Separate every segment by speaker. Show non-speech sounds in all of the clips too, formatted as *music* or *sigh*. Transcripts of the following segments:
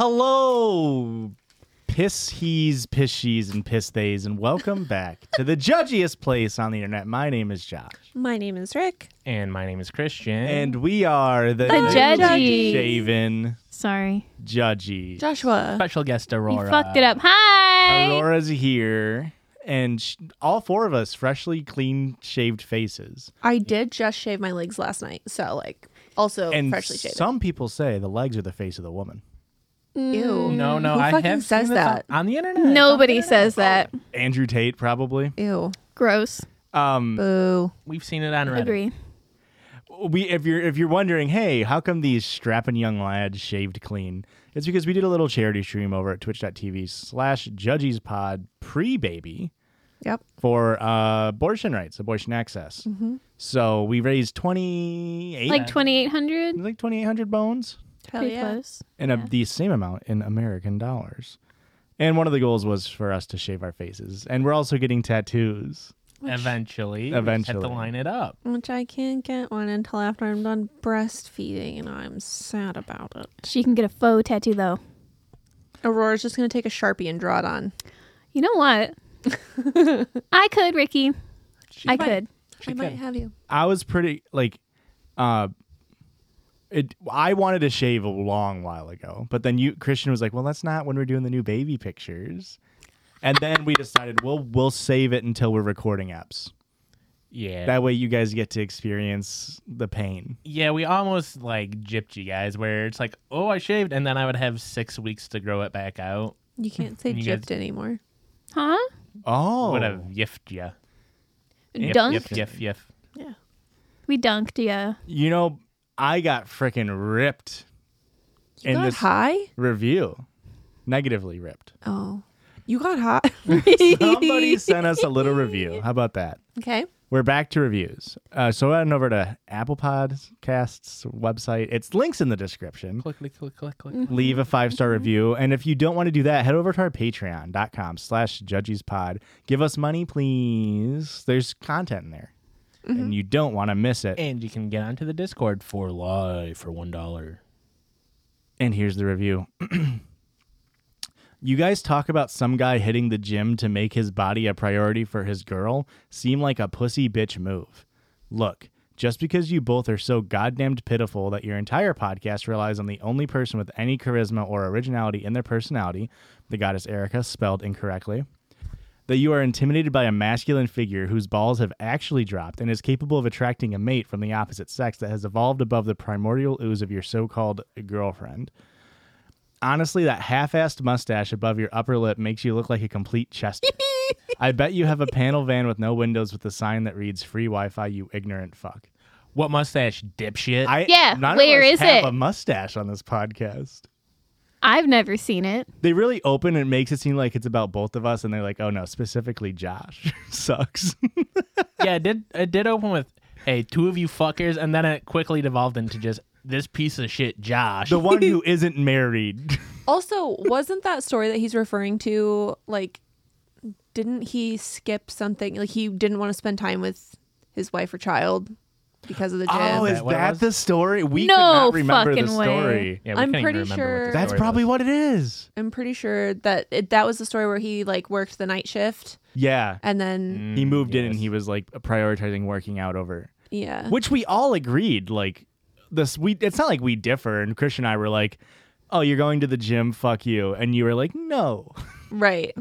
Speaker 1: Hello, piss he's, piss she's, and piss they's, and welcome back to the judgiest place on the internet. My name is Josh,
Speaker 2: My name is Rick.
Speaker 3: And my name is Christian.
Speaker 1: and we are the,
Speaker 4: Judgies.
Speaker 1: shaven
Speaker 4: Sorry.
Speaker 1: judgy.
Speaker 2: Joshua.
Speaker 3: special guest Aurora.
Speaker 4: You fucked it up. Hi.
Speaker 1: Aurora's here, and sh- all four of us freshly clean shaved faces.
Speaker 2: I did just shave my legs last night, so like also
Speaker 1: and
Speaker 2: freshly shaved.
Speaker 1: some people say the legs are the face of the woman.
Speaker 2: Ew.
Speaker 3: No, no,
Speaker 2: Who
Speaker 3: I
Speaker 2: fucking
Speaker 3: have
Speaker 2: says
Speaker 3: seen this on-
Speaker 2: that?
Speaker 3: on, the internet.
Speaker 4: Nobody says that.
Speaker 1: Andrew Tate, probably.
Speaker 2: Ew.
Speaker 4: Gross.
Speaker 1: Um,
Speaker 2: Boo.
Speaker 3: We've seen it on Reddit.
Speaker 4: Agree.
Speaker 1: we if you're if you're wondering, hey, how come these strapping young lads shaved clean? It's because we did a little charity stream over at twitch.tv slash judgies pod pre baby
Speaker 2: Yep.
Speaker 1: for uh, abortion rights, abortion access. So we raised twenty eight
Speaker 4: Like 2,800?
Speaker 1: like twenty eight hundred bones
Speaker 2: Hell
Speaker 4: Pretty
Speaker 2: yeah.
Speaker 4: close.
Speaker 1: and a, the same amount in American dollars. And one of the goals was for us to shave our faces. And we're also getting tattoos.
Speaker 3: Eventually. we just Have
Speaker 1: Eventually.
Speaker 3: to line it up.
Speaker 2: Which I can't get one until after I'm done breastfeeding, and I'm sad about it.
Speaker 4: She can get a faux tattoo, though.
Speaker 2: Aurora's just gonna take a sharpie and draw it on.
Speaker 4: You
Speaker 2: *laughs*
Speaker 4: know what? I could, Ricky. I
Speaker 2: might.
Speaker 4: could.
Speaker 2: I might have you.
Speaker 1: I was pretty like, uh, it. I wanted to shave a long while ago, but then you Christian was like, "Well, that's not when we're doing the new baby pictures," and then we decided, "Well, we'll save it until we're recording apps.
Speaker 3: Yeah.
Speaker 1: That way, you guys get to experience the pain."
Speaker 3: yeah, we almost like gypped you guys where it's like, oh, I shaved, and then I would have six weeks to grow it back out.
Speaker 2: You can't say
Speaker 3: You guys-
Speaker 2: gypped anymore.
Speaker 4: Huh?
Speaker 1: Oh,
Speaker 3: Would have yiffed ya. Yif,
Speaker 4: Dunked.
Speaker 3: Yif, yif, yif.
Speaker 2: Yeah.
Speaker 4: We dunked ya.
Speaker 1: you know, I got freaking ripped
Speaker 2: You
Speaker 1: in
Speaker 2: got
Speaker 1: this
Speaker 2: high?
Speaker 1: review, negatively
Speaker 2: *laughs*
Speaker 1: ripped.
Speaker 2: Oh. You got hot. *laughs*
Speaker 1: Somebody sent us a little review. How about that?
Speaker 2: okay.
Speaker 1: We're back to reviews. Uh, so head on over to Apple Podcasts website. It's links in the description.
Speaker 3: Click, click, click, click, click.
Speaker 4: Mm.
Speaker 1: Leave a five star review, and if you don't want to do that, head over to our Patreon.com/slash slash JudgesPod. Give us money, please. There's content in there, and you don't want to miss it.
Speaker 3: And you can get onto the Discord for live for one dollar.
Speaker 1: And here's the review. you guys talk about some guy hitting the gym to make his body a priority for his girl seem like a pussy bitch move. Look, just because you both are so goddamned pitiful that your entire podcast relies on the only person with any charisma or originality in their personality, the goddess Erica, spelled incorrectly, that you are intimidated by a masculine figure whose balls have actually dropped and is capable of attracting a mate from the opposite sex that has evolved above the primordial ooze of your so called girlfriend. Honestly, that half assed mustache above your upper lip makes you look like a complete chest.
Speaker 4: *laughs*
Speaker 1: I bet you have a panel van with no windows with a sign that reads free Wi Fi, you ignorant fuck.
Speaker 3: What mustache, dipshit?
Speaker 1: I,
Speaker 4: Yeah,
Speaker 1: none of
Speaker 4: where
Speaker 1: us
Speaker 4: is
Speaker 1: have
Speaker 4: it?
Speaker 1: a mustache on this podcast.
Speaker 4: I've never seen it.
Speaker 1: They really open and it makes it seem like it's about both of us, and they're like, oh no, specifically Josh *laughs* sucks.
Speaker 3: yeah, it did it did open with hey, two of you fuckers, and then it quickly devolved into just this piece of shit, Josh.
Speaker 1: the one *laughs* who isn't married. *laughs*
Speaker 2: Also, wasn't that story that he's referring to like didn't he skip something? Like he didn't want to spend time with his wife or child because of the gym.
Speaker 1: Oh, is
Speaker 3: that what it
Speaker 1: that
Speaker 3: was?
Speaker 1: the story? We
Speaker 4: No
Speaker 1: could not remember the
Speaker 4: fucking way.
Speaker 1: story.
Speaker 3: yeah, we
Speaker 2: I'm
Speaker 3: couldn't even
Speaker 2: pretty
Speaker 3: remember what the
Speaker 2: sure-
Speaker 1: That's
Speaker 3: story
Speaker 1: probably
Speaker 3: was.
Speaker 1: what it is.
Speaker 2: I'm pretty sure that it, that was the story where he like worked the night shift
Speaker 1: Yeah.
Speaker 2: and then
Speaker 1: He moved in
Speaker 3: yes.
Speaker 1: and he was like prioritizing working out over,
Speaker 2: yeah.
Speaker 1: which we all agreed. Like this, we it's not like we differ. And Christian and I were like, "Oh, you're going to the gym? Fuck you!" And you were like, "No." *laughs*
Speaker 2: Right.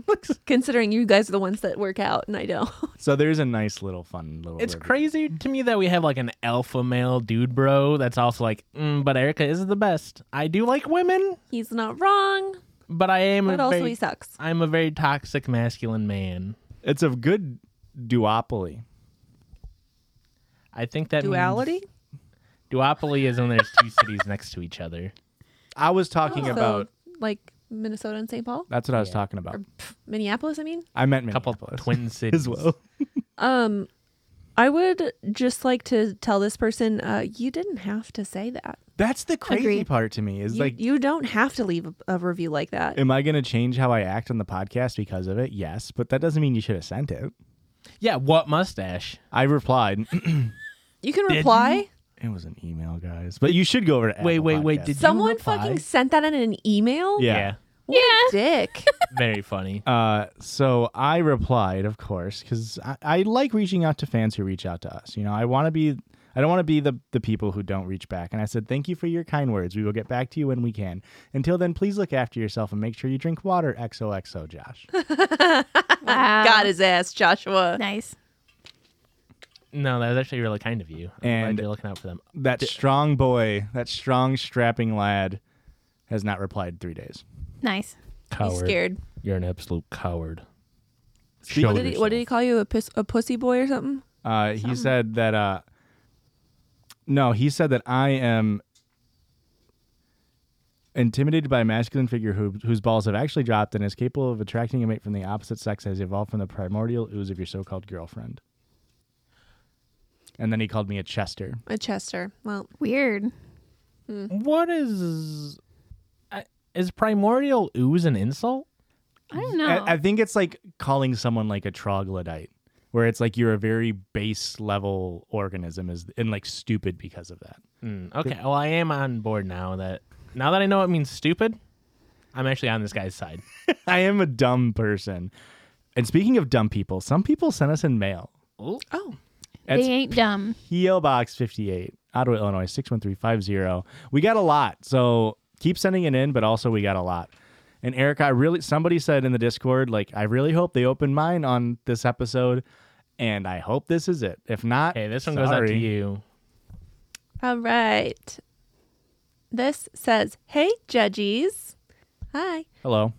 Speaker 2: Considering you guys are the ones that work out and I don't. *laughs*
Speaker 1: So there's a nice little fun little.
Speaker 3: It's
Speaker 1: review.
Speaker 3: crazy to me that we have like an alpha male dude bro that's also like, mm, but Erica is the best. I do like women,
Speaker 2: He's not wrong,
Speaker 3: but I am
Speaker 2: but
Speaker 3: a
Speaker 2: also
Speaker 3: very,
Speaker 2: he sucks.
Speaker 3: I'm a very toxic masculine man.
Speaker 1: It's a good duopoly.
Speaker 3: I think that means-
Speaker 2: Duality?
Speaker 3: duopoly is when there's two cities next to each
Speaker 1: *laughs*
Speaker 3: other.
Speaker 1: I was talking
Speaker 2: So,
Speaker 1: about.
Speaker 2: like Minnesota and St. Paul?
Speaker 1: That's what I was talking about.
Speaker 2: Minneapolis, I mean?
Speaker 1: I meant
Speaker 3: A couple
Speaker 1: Minneapolis
Speaker 3: twin
Speaker 1: *laughs*
Speaker 3: cities.
Speaker 1: as well.
Speaker 2: Um I would just like to tell this person, uh, you didn't have to say that.
Speaker 1: That's the crazy
Speaker 4: Agreed.
Speaker 1: part to me. Is
Speaker 2: You,
Speaker 1: like
Speaker 2: you don't have to leave a, a review like that.
Speaker 1: Am I going to change how I act on the podcast because of it? Yes, but that doesn't mean you should have sent it.
Speaker 3: Yeah, what mustache?
Speaker 1: I replied, *clears throat*
Speaker 2: You can reply.
Speaker 1: It was an email, guys. But you should go over to
Speaker 3: Wait,
Speaker 1: Apple
Speaker 3: wait, wait,
Speaker 1: Podcasts.
Speaker 3: did-
Speaker 2: Someone
Speaker 3: reply?
Speaker 2: fucking sent that in an email.
Speaker 1: Yeah.
Speaker 2: What
Speaker 4: Yeah.
Speaker 2: a dick.
Speaker 3: Very funny.
Speaker 1: Uh, so I replied, of course, because I, I like reaching out to fans who reach out to us. You know, I want to be, I don't want to be the, the people who don't reach back. And I said, thank you for your kind words. We will get back to you when we can. Until then, please look after yourself and make sure you drink water. XOXO, Josh.
Speaker 4: Wow.
Speaker 2: *laughs* Uh, Got his ass, Joshua.
Speaker 4: Nice.
Speaker 3: No, that was actually really kind of you. I'm
Speaker 1: And-
Speaker 3: glad you're looking out for them.
Speaker 1: that strong boy, that strong strapping lad, has not replied in three days.
Speaker 4: Nice.
Speaker 3: Coward.
Speaker 2: He's scared.
Speaker 3: You're an absolute coward.
Speaker 1: Speaking-
Speaker 3: Show
Speaker 2: What did, he, what did he
Speaker 3: yourself.
Speaker 2: call you? A, pus- a pussy boy or something?
Speaker 1: Uh, he said that. Uh, no, he said that I am intimidated by a masculine figure who, whose balls have actually dropped and is capable of attracting a mate from the opposite sex as evolved from the primordial ooze of your so-called girlfriend. And then he called me a Chester.
Speaker 2: A Chester. Well,
Speaker 4: Weird.
Speaker 3: What is I- is primordial ooze an insult?
Speaker 4: I don't know.
Speaker 1: I, I think it's like calling someone like a troglodyte, where it's like you're a very base level organism is and like stupid because of that. *laughs*
Speaker 3: Mm, okay, well I am on board now that now that I know it means stupid, I'm actually on this guy's side.
Speaker 1: I am a dumb person. And speaking of dumb people, some people sent us in mail.
Speaker 2: oh,
Speaker 4: they
Speaker 1: That's
Speaker 4: ain't dumb.
Speaker 1: PO Box 58, Ottawa, Illinois 61350. We got a lot, so keep sending it in, but also we got a lot. And Erica, I really somebody said in the Discord, like I really hope they open mine on this episode, and I hope this is it. If not,
Speaker 3: Okay, this one
Speaker 1: sorry.
Speaker 3: goes out to you.
Speaker 2: all right. This says, Hey, judgies. Hi.
Speaker 1: Hello.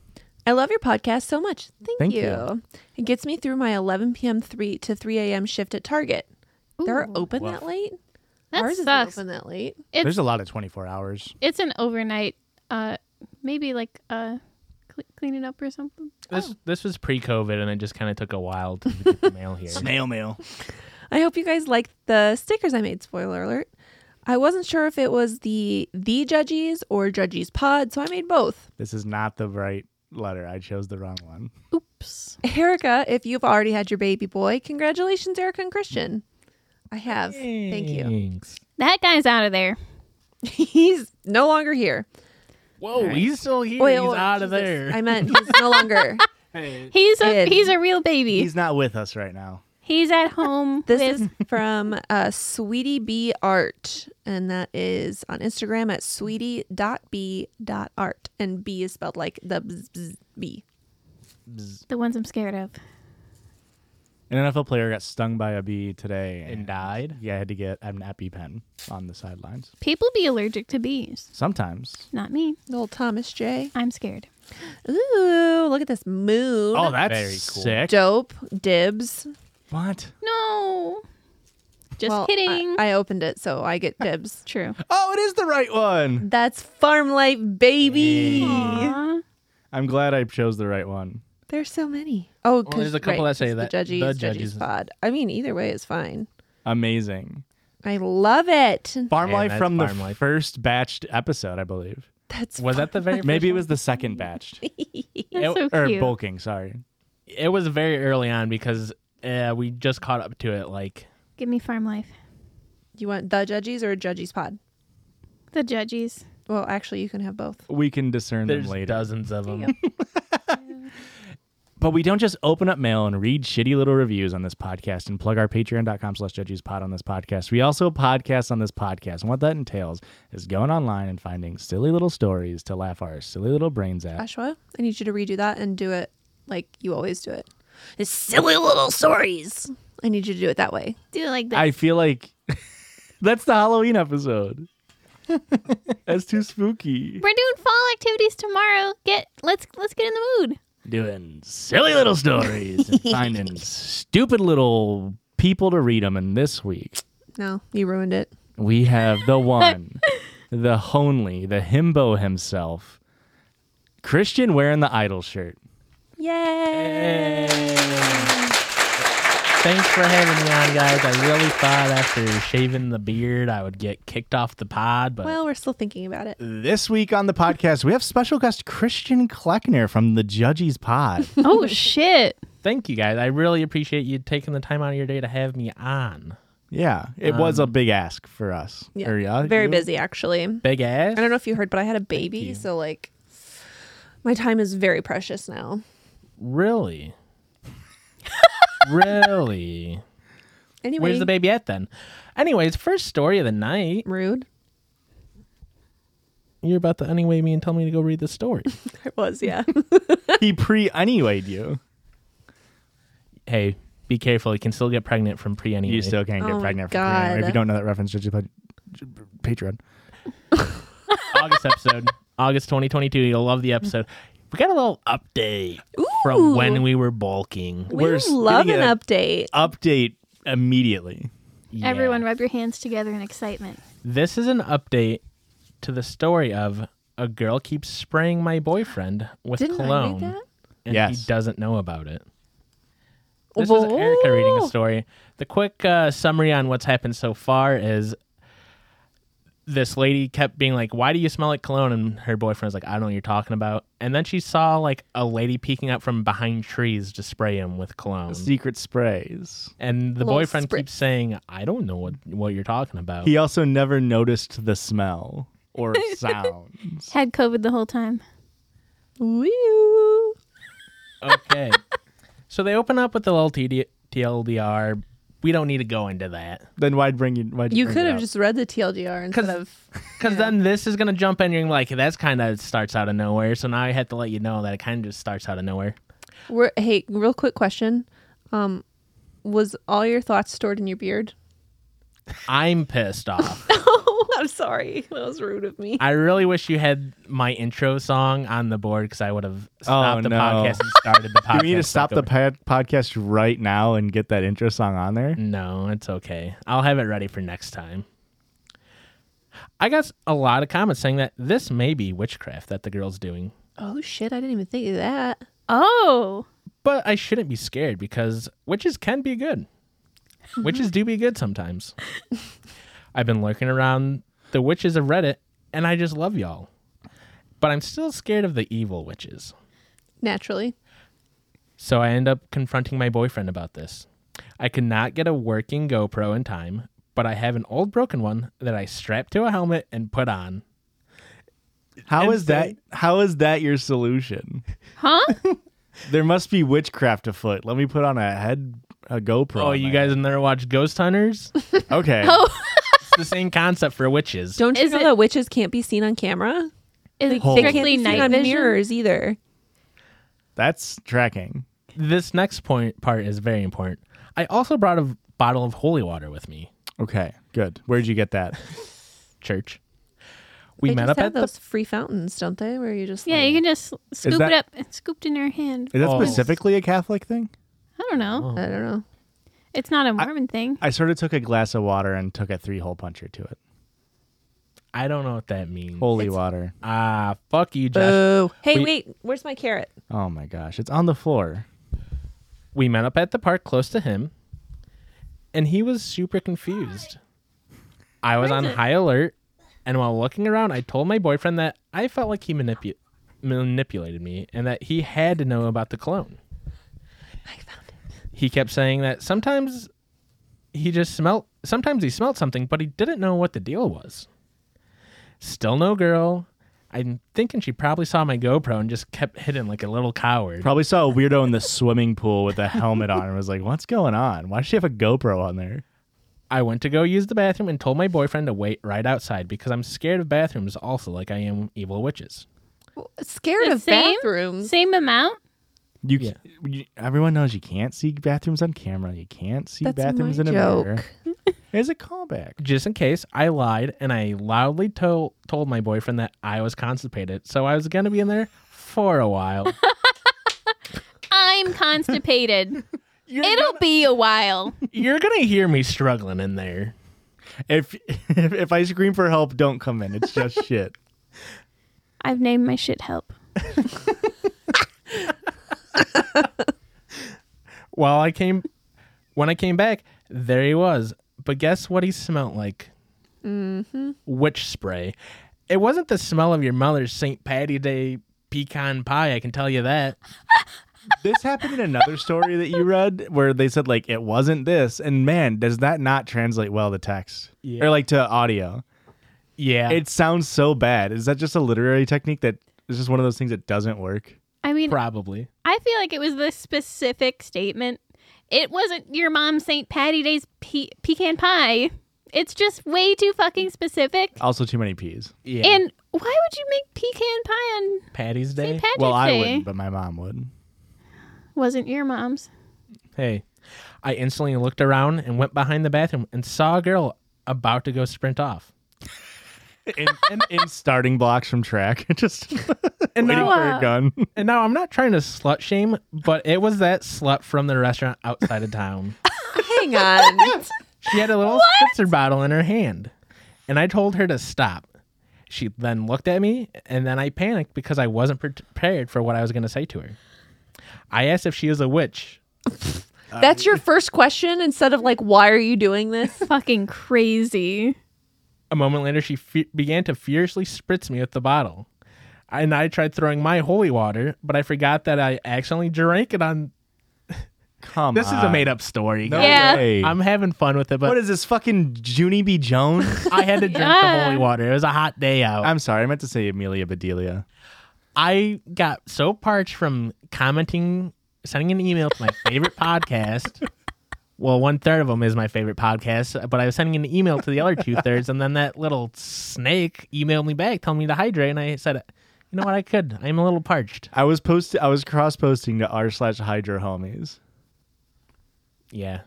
Speaker 2: I love your podcast so much. Thank,
Speaker 1: Thank
Speaker 2: you.
Speaker 1: you.
Speaker 2: It gets me through my 11 p.m. 3 to 3 a.m. shift at Target. They're
Speaker 4: Ooh.
Speaker 2: open
Speaker 3: Woof.
Speaker 2: that late?
Speaker 4: That
Speaker 2: Ours
Speaker 4: sucks.
Speaker 2: isn't open that late.
Speaker 4: It's
Speaker 1: There's a lot of 24 hours.
Speaker 4: it's an overnight, uh, maybe like uh, cle cleaning up or something.
Speaker 3: This this was pre-COVID, and it just kind of took a while to get the mail here.
Speaker 1: Snail mail.
Speaker 2: I hope you guys liked the stickers I made. Spoiler alert. I wasn't sure if it was the the judgies or judgies pod, so I made both.
Speaker 1: This is not the right letter. I chose the wrong one.
Speaker 4: Oops.
Speaker 2: Erica, if you've already had your baby boy, congratulations, Erica and Christian. I have. *laughs* Thank you.
Speaker 3: Thanks.
Speaker 4: That guy's out of there.
Speaker 2: *laughs* He's no longer here.
Speaker 3: Whoa, he's still here.
Speaker 2: Wait,
Speaker 3: he's
Speaker 2: oh,
Speaker 3: out of
Speaker 2: Jesus.
Speaker 3: there.
Speaker 2: I meant he's no
Speaker 3: *laughs*
Speaker 2: longer.
Speaker 4: He's a
Speaker 2: Kid.
Speaker 4: he's a real baby. He's,
Speaker 1: He's not with us right now.
Speaker 4: at home.
Speaker 2: *laughs* This
Speaker 4: with,
Speaker 2: is from uh, Sweetie Bee Art, and that is on Instagram at sweetie.b.art. And B is spelled like the bzz, bzz, B.
Speaker 4: the ones I'm scared of.
Speaker 1: An NFL player got stung by a bee today
Speaker 3: and died.
Speaker 1: Yeah, I had to get an EpiPen on the sidelines.
Speaker 4: People be allergic to bees.
Speaker 1: Sometimes.
Speaker 4: Not me.
Speaker 2: Little Thomas J.
Speaker 4: I'm scared.
Speaker 2: Ooh, look at this moon.
Speaker 1: Oh, that's
Speaker 3: Very cool.
Speaker 1: sick.
Speaker 2: dope. Dibs.
Speaker 1: What?
Speaker 4: No. Just
Speaker 2: Well, I-
Speaker 4: kidding.
Speaker 2: I, opened it, so I get *laughs* dibs.
Speaker 4: True.
Speaker 1: Oh, it is the right one.
Speaker 2: That's farm life, baby.
Speaker 4: Aw.
Speaker 1: I'm glad I chose the right one.
Speaker 2: There's so many. Oh, 'cause-
Speaker 3: there's a couple
Speaker 2: right,
Speaker 3: that say
Speaker 2: it's
Speaker 3: that-
Speaker 2: the judges,
Speaker 3: the
Speaker 2: judges
Speaker 3: judges.
Speaker 2: pod. I mean, either way is fine.
Speaker 1: Amazing.
Speaker 2: I love it.
Speaker 1: Farm
Speaker 3: Yeah,
Speaker 1: life
Speaker 3: that's
Speaker 1: from the
Speaker 3: Farm Life.
Speaker 1: first batched episode, I believe.
Speaker 2: That's
Speaker 3: Was that the very?
Speaker 1: *laughs* Maybe it was the second batched.
Speaker 4: That's so
Speaker 1: or
Speaker 4: cute.
Speaker 1: bulking, sorry.
Speaker 3: It was very early on because uh, we just caught up to it. Like
Speaker 4: Give me farm life.
Speaker 2: You want the judges or judges pod?
Speaker 4: The judges.
Speaker 2: Well, actually, you can have both.
Speaker 1: We can discern
Speaker 3: there's
Speaker 1: them later.
Speaker 3: dozens of them.
Speaker 1: But we don't just open up mail and read shitty little reviews on this podcast and plug our patreon.com slash judgespod on this podcast. We also podcast on this podcast. And what that entails is going online and finding silly little stories to laugh our silly little brains at.
Speaker 2: Ashwa, I need you to redo that and do it like you always do it. It's silly little stories. I need you to do it that way.
Speaker 4: Do it like that.
Speaker 1: I feel like *laughs* that's the Halloween episode. *laughs* that's too spooky.
Speaker 4: We're doing fall activities tomorrow. Get let's let's get in the mood.
Speaker 1: Doing silly little stories and finding stupid little people to read them. And this week,
Speaker 2: No, you ruined it.
Speaker 1: we have the one, the only, the himbo himself, Christian wearing the idol shirt.
Speaker 2: Yay!
Speaker 3: Thanks for having me on, guys. I really thought after shaving the beard I would get kicked off the pod, but
Speaker 2: Well, we're still thinking about it.
Speaker 3: Uh,
Speaker 1: This week on the podcast, we have special guest Christian Kleckner from the Judges *laughs* Pod.
Speaker 4: *laughs* Oh shit.
Speaker 3: thank you guys. I really appreciate you taking the time out of your day to have me on.
Speaker 1: Yeah, it was a big ask for us.
Speaker 2: Yeah.
Speaker 1: Or, uh,
Speaker 2: Very
Speaker 1: you?
Speaker 2: busy, actually. I
Speaker 3: Big ass.
Speaker 2: don't know if you heard, but I had a baby, so like my time is very precious now. *laughs*
Speaker 3: Really? really?
Speaker 2: Anyway,
Speaker 3: Where's the baby at then? Anyways, first story of the night.
Speaker 2: rude. *laughs*
Speaker 3: You're about to anyway me and tell me to go read
Speaker 2: *laughs*
Speaker 3: the story.
Speaker 2: I was,
Speaker 3: *laughs*
Speaker 2: yeah.
Speaker 1: He pre anywayed you.
Speaker 3: hey, be careful. You can still get pregnant from pre anyway.
Speaker 1: You still can't
Speaker 2: Oh
Speaker 1: get
Speaker 2: my
Speaker 1: pregnant from pre-anyway. If
Speaker 2: God.
Speaker 1: you don't know that reference, just put Patreon.
Speaker 3: August episode, August 2022. You'll love the episode. We got a little update from
Speaker 2: Ooh.
Speaker 3: when we were bulking.
Speaker 2: we
Speaker 1: We're
Speaker 2: love an
Speaker 1: getting a-
Speaker 2: update.
Speaker 1: Update immediately.
Speaker 3: Yeah.
Speaker 4: Everyone, rub your hands together in excitement.
Speaker 3: This is an update to the story of a girl keeps spraying my boyfriend with
Speaker 2: Didn't I read
Speaker 3: cologne.
Speaker 2: that?
Speaker 3: And
Speaker 1: Yes.
Speaker 3: he doesn't know about it. This is Erica reading a
Speaker 2: Whoa.
Speaker 3: story. The quick uh, summary on what's happened so far is this lady kept being like, Why do you smell like cologne? And her boyfriend was like, I don't know what you're talking about. And then she saw like a lady peeking out from behind trees to spray him with cologne.
Speaker 1: Secret sprays.
Speaker 3: and the
Speaker 2: Little
Speaker 3: boyfriend
Speaker 2: spritz.
Speaker 3: keeps saying, I don't know what, what you're talking about.
Speaker 1: He also never noticed the smell *laughs* or sounds.
Speaker 4: Had COVID the whole time.
Speaker 2: Woo.
Speaker 3: okay. *laughs* So they open up with the little TD- TLDR. We don't need to go into that.
Speaker 1: then why'd bring you? Why'd you
Speaker 2: You
Speaker 1: bring
Speaker 2: could
Speaker 1: it
Speaker 2: have
Speaker 1: up?
Speaker 2: just read the TLDR instead
Speaker 3: 'Cause-
Speaker 2: of
Speaker 3: Because then this is going to jump in. You're gonna be like, that's kind of starts out of nowhere. So now I have to let you know that it kind of just starts out of nowhere.
Speaker 2: Were, hey, real quick question. Um, was all your thoughts stored in your beard? *laughs*
Speaker 3: I'm
Speaker 1: *laughs*
Speaker 3: pissed off.
Speaker 2: Oh, I'm sorry. That was rude of me.
Speaker 3: I really wish you had my intro song on the board because I would have stopped the
Speaker 1: Oh, no.
Speaker 3: podcast
Speaker 1: *laughs*
Speaker 3: and started the podcast.
Speaker 1: Do we need to stop the
Speaker 3: back over.
Speaker 1: pod- podcast right now and get that intro song on there?
Speaker 3: No, it's okay. I'll have it ready for next time. I got s- a lot of comments saying that this may be witchcraft that the girl's doing.
Speaker 2: Oh shit! I didn't even think of that.
Speaker 4: Oh,
Speaker 3: But I shouldn't be scared because witches can be good. witches do be good sometimes. I've been lurking around the witches of Reddit and I just love y'all. But I'm still scared of the evil witches.
Speaker 2: Naturally,
Speaker 3: So I end up confronting my boyfriend about this. I could not get a working GoPro in time, but I have an old broken one that I strapped to a helmet and put on.
Speaker 1: How
Speaker 3: And
Speaker 1: is that?
Speaker 3: then-
Speaker 1: How is that your solution?
Speaker 4: huh?
Speaker 1: There must be witchcraft afoot. Let me put on a head, a GoPro.
Speaker 3: Oh,
Speaker 1: on
Speaker 3: you
Speaker 1: there.
Speaker 3: guys have never watched Ghost Hunters? it's
Speaker 1: Okay.
Speaker 3: the same concept for witches.
Speaker 2: don't you
Speaker 4: Is
Speaker 2: know
Speaker 4: it-
Speaker 2: that witches can't be seen on camera?
Speaker 4: Is
Speaker 2: Like,
Speaker 4: it
Speaker 1: Holy-
Speaker 2: they can't be
Speaker 4: strictly
Speaker 2: seen
Speaker 4: night
Speaker 2: on
Speaker 4: vision?
Speaker 2: mirrors either.
Speaker 1: That's tracking.
Speaker 3: this next point part is very important. I also brought a bottle of holy water with me.
Speaker 1: Okay. Good. Where'd you get *laughs* that?
Speaker 3: Church. We
Speaker 2: they
Speaker 3: met
Speaker 2: just
Speaker 3: up
Speaker 2: have
Speaker 3: at
Speaker 2: those free fountains, don't they? Where you just
Speaker 4: Yeah,
Speaker 2: like-
Speaker 4: you can just scoop
Speaker 1: that-
Speaker 4: it up and scooped in your hand.
Speaker 1: Is that
Speaker 3: Oh.
Speaker 1: specifically a Catholic thing?
Speaker 4: I don't know.
Speaker 2: I don't know.
Speaker 4: It's not a Mormon thing.
Speaker 1: I sort of took a glass of water and took a three hole puncher to it.
Speaker 3: the. I don't know what that means.
Speaker 1: Holy water.
Speaker 3: Ah, fuck you, Josh.
Speaker 2: Oh, hey,
Speaker 3: We-
Speaker 2: wait. Where's my carrot?
Speaker 1: Oh my gosh. It's on the floor.
Speaker 3: we met up at the park close to him, and he was super confused. I was on high alert, and while looking around, I told my boyfriend that I felt like he manipu- manipulated me and that he had to know about the clone.
Speaker 2: I found it.
Speaker 3: He kept saying that sometimes he just smelt, sometimes he smelled something, but he didn't know what the deal was. Still no girl. I'm thinking she probably saw my GoPro and just kept hidden like a little coward.
Speaker 1: Probably saw a weirdo in the swimming pool with a helmet on and was like, what's going on? Why does she have a GoPro on there?
Speaker 3: I went to go use the bathroom and told my boyfriend to wait right outside because I'm scared of bathrooms also like I am evil witches.
Speaker 2: Scared
Speaker 4: The
Speaker 2: of
Speaker 4: same?
Speaker 2: bathrooms.
Speaker 4: Same amount.
Speaker 1: You,
Speaker 3: Yeah.
Speaker 1: you- everyone knows you can't see bathrooms on camera. You can't see
Speaker 2: That's
Speaker 1: bathrooms
Speaker 2: my
Speaker 1: in a
Speaker 2: joke.
Speaker 1: mirror. It's a callback.
Speaker 3: Just in case, I lied and I loudly to- told my boyfriend that I was constipated, so I was going to be in there for a *laughs* while.
Speaker 4: I'm constipated.
Speaker 1: You're
Speaker 4: It'll be a while.
Speaker 3: You're going to hear me struggling in there.
Speaker 1: If, if if I scream for help, don't come in. It's just shit.
Speaker 4: I've named my shit help.
Speaker 3: While I came when I came back, there he was. But guess what he smelled like? Mm-hmm. Witch spray. It wasn't the smell of your mother's St. Patty Day pecan pie, I can tell you that.
Speaker 1: this happened in another story that you read where they said like it wasn't this, and man, does that not translate well to text
Speaker 3: Yeah.
Speaker 1: or like to audio?
Speaker 3: Yeah.
Speaker 1: It sounds so bad. Is that just a literary technique that is just one of those things that doesn't work?
Speaker 4: I mean,
Speaker 3: probably.
Speaker 4: I feel like it was the specific statement. It wasn't your mom's St. Patty Day's pe- pecan pie. It's just way too fucking specific.
Speaker 1: Also, too many P's.
Speaker 3: Yeah.
Speaker 4: And why would you make pecan pie on
Speaker 3: Patty's Day.
Speaker 4: St. Patrick's
Speaker 1: well, I
Speaker 4: Day?
Speaker 1: wouldn't, but my mom would.
Speaker 4: Wasn't your mom's.
Speaker 3: hey, I instantly looked around and went behind the bathroom and saw a girl about to go sprint off.
Speaker 1: In, in, in starting blocks from track, *laughs* just
Speaker 3: And
Speaker 1: waiting
Speaker 3: now,
Speaker 1: for a gun.
Speaker 3: and now I'm not trying to slut shame, but it was that slut from the restaurant outside of town.
Speaker 1: *laughs*
Speaker 2: Hang on.
Speaker 3: She had a little spritzer bottle in her hand, and I told her to stop. She then looked at me, and then I panicked because I wasn't pre- prepared for what I was going to say to her. I asked if she was a witch.
Speaker 2: That's your first question instead of like, why are you doing this?
Speaker 4: Fucking crazy.
Speaker 3: A moment later, she fe- began to furiously spritz me with the bottle. And I tried throwing my holy water, but I forgot that I accidentally drank it on.
Speaker 1: Come
Speaker 3: This
Speaker 1: on.
Speaker 3: is a made up story.
Speaker 1: No
Speaker 3: guys.
Speaker 4: Yeah.
Speaker 1: way.
Speaker 3: I'm having fun with it, but
Speaker 1: what is this fucking Junie B. Jones?
Speaker 3: *laughs* I had to drink the
Speaker 4: Yeah.
Speaker 3: holy water. It was a hot day out.
Speaker 1: I'm sorry, I meant to say Amelia Bedelia.
Speaker 3: I got so parched from commenting, sending an email to my
Speaker 1: *laughs*
Speaker 3: favorite podcast. Well, one third of them is my favorite podcast, but I was sending an email to the other two thirds, and then that little snake emailed me back telling me to hydrate, and I said, "You know what? I could. I'm a little parched."
Speaker 1: I was post I was cross posting to r slash Hydra homies.
Speaker 3: Yeah,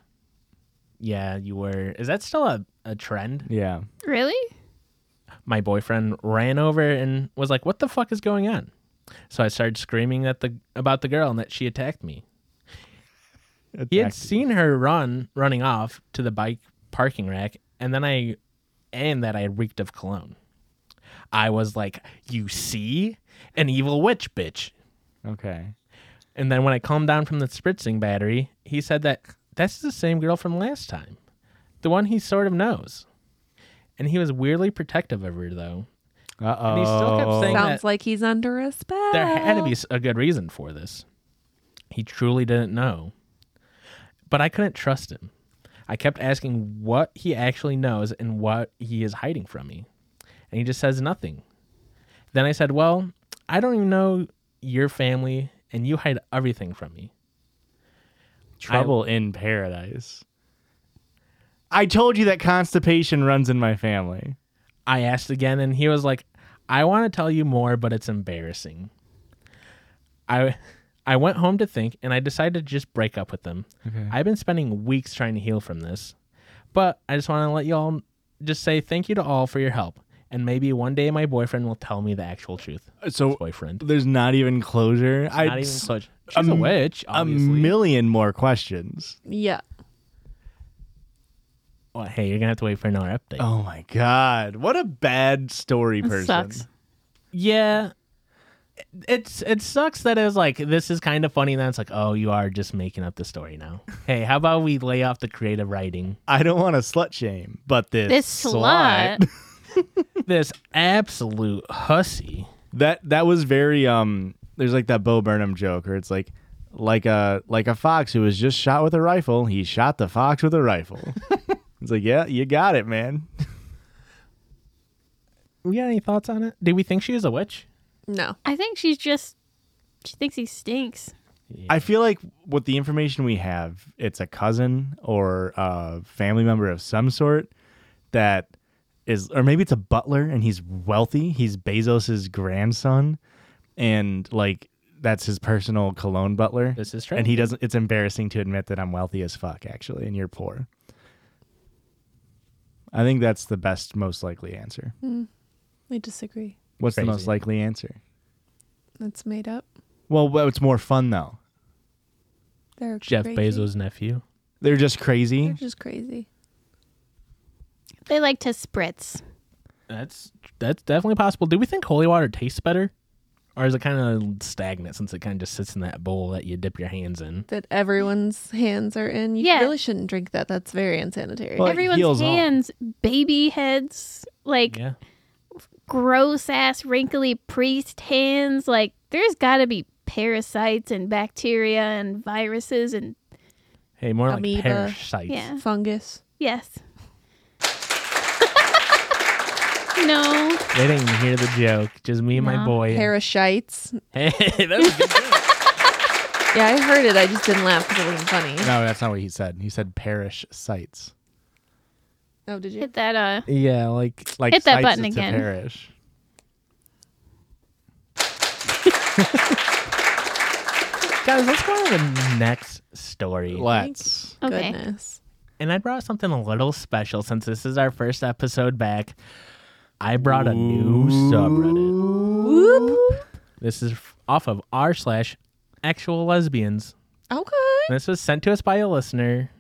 Speaker 3: yeah, you were. Is that still a, a trend?
Speaker 1: Yeah.
Speaker 4: Really?
Speaker 3: my boyfriend ran over and was like, "What the fuck is going on?" So I started screaming at the about the girl and that she attacked me. He had
Speaker 1: Attacked you.
Speaker 3: seen her run running off to the bike parking rack, and then I and that I reeked of cologne. I was like, "You see, an evil witch bitch."
Speaker 1: Okay.
Speaker 3: And then when I calmed down from the spritzing battery, he said that that's the same girl from last time, the one he sort of knows. And he was weirdly protective of her though.
Speaker 1: Uh oh.
Speaker 3: he still kept saying-
Speaker 2: Sounds like he's under a spell.
Speaker 3: there had to be s- a good reason for this. He truly didn't know. But I couldn't trust him. I kept asking what he actually knows and what he is hiding from me. And he just says nothing. Then I said, Well, I don't even know your family, and you hide everything from me.
Speaker 1: trouble in paradise. I told you that constipation runs in my family.
Speaker 3: I asked again, and he was like, "I want to tell you more, but it's embarrassing." I I went home to think, and I decided to just break up with them. I've been spending weeks trying to heal from this, but I just want to let y'all just say thank you to all for your help, and maybe one day my boyfriend will tell me the actual truth.
Speaker 1: So
Speaker 3: Boyfriend,
Speaker 1: there's not even closure. I
Speaker 3: not even
Speaker 1: s-
Speaker 3: close. She's a,
Speaker 1: m-
Speaker 3: witch.
Speaker 1: a
Speaker 3: Obviously.
Speaker 1: million more questions.
Speaker 2: Yeah.
Speaker 3: Well, hey, you're gonna have to wait for another update.
Speaker 1: Oh my god. What a bad story person.
Speaker 4: sucks.
Speaker 3: Yeah. It's it sucks that it was like this is kind of funny and then it's like, oh, you are just making up the story *laughs* now. hey, how about we lay off the creative writing?
Speaker 1: I don't want to slut shame, but this
Speaker 4: This
Speaker 1: slut-
Speaker 4: slut.
Speaker 3: This absolute hussy.
Speaker 1: That that was very um there's like that Bo Burnham joke where it's like like a like a fox who was just shot with a rifle, he shot the fox with a rifle. it's like, yeah, you got it, man.
Speaker 3: We got any thoughts on it? Did we think she was a witch?
Speaker 2: No.
Speaker 4: I think she's just. She thinks he stinks.
Speaker 1: I feel like with the information we have, it's a cousin or a family member of some sort that is or maybe it's a butler and he's wealthy. He's Bezos's grandson and like that's his personal cologne butler.
Speaker 3: This is true.
Speaker 1: And he doesn't it's embarrassing to admit that I'm wealthy as fuck actually and you're poor. I think that's the best most likely answer.
Speaker 2: I disagree.
Speaker 1: What's
Speaker 3: Hmm. Crazy.
Speaker 1: the most likely answer?
Speaker 2: That's made up.
Speaker 1: Well, wh- it's more fun though.
Speaker 2: They're
Speaker 3: Jeff
Speaker 2: crazy.
Speaker 3: Bezos' nephew.
Speaker 1: They're just crazy.
Speaker 2: They're just crazy.
Speaker 4: They like to spritz.
Speaker 3: That's that's definitely possible. Do we think holy water tastes better? Or is it kind of stagnant since it kind of just sits in that bowl that you dip your hands in?
Speaker 2: That everyone's hands are in. You
Speaker 4: Yeah.
Speaker 2: really shouldn't drink that. That's very unsanitary.
Speaker 1: Well, it
Speaker 4: Everyone's
Speaker 1: heals all.
Speaker 4: hands, baby heads, like
Speaker 3: Yeah.
Speaker 4: gross ass, wrinkly priest hands. Like, there's got to be parasites and bacteria and viruses and
Speaker 3: Hey, more
Speaker 2: Amoeba.
Speaker 3: like parasites.
Speaker 4: yeah.
Speaker 2: Fungus.
Speaker 4: Yes. *laughs* no.
Speaker 3: They didn't even hear the joke. Just me and my
Speaker 4: No.
Speaker 3: boy.
Speaker 2: Parashites.
Speaker 3: hey, *laughs* that was a good joke.
Speaker 2: Yeah, I heard it. I just didn't laugh because it wasn't funny.
Speaker 1: No, that's not what he said. He said parish sites.
Speaker 2: Oh, did you?
Speaker 4: Hit that uh
Speaker 3: yeah, like
Speaker 1: Like
Speaker 4: Hit that
Speaker 1: sites
Speaker 4: button
Speaker 1: is to
Speaker 4: again.
Speaker 1: Parish.
Speaker 3: guys, let's go on to the next story.
Speaker 1: Let's.
Speaker 4: okay.
Speaker 2: Goodness.
Speaker 3: And I brought something a little special since this is our first episode back. I brought a new subreddit.
Speaker 2: Whoop.
Speaker 3: This is f- off of r slash actual lesbians.
Speaker 2: Okay.
Speaker 3: This was sent to us by a listener,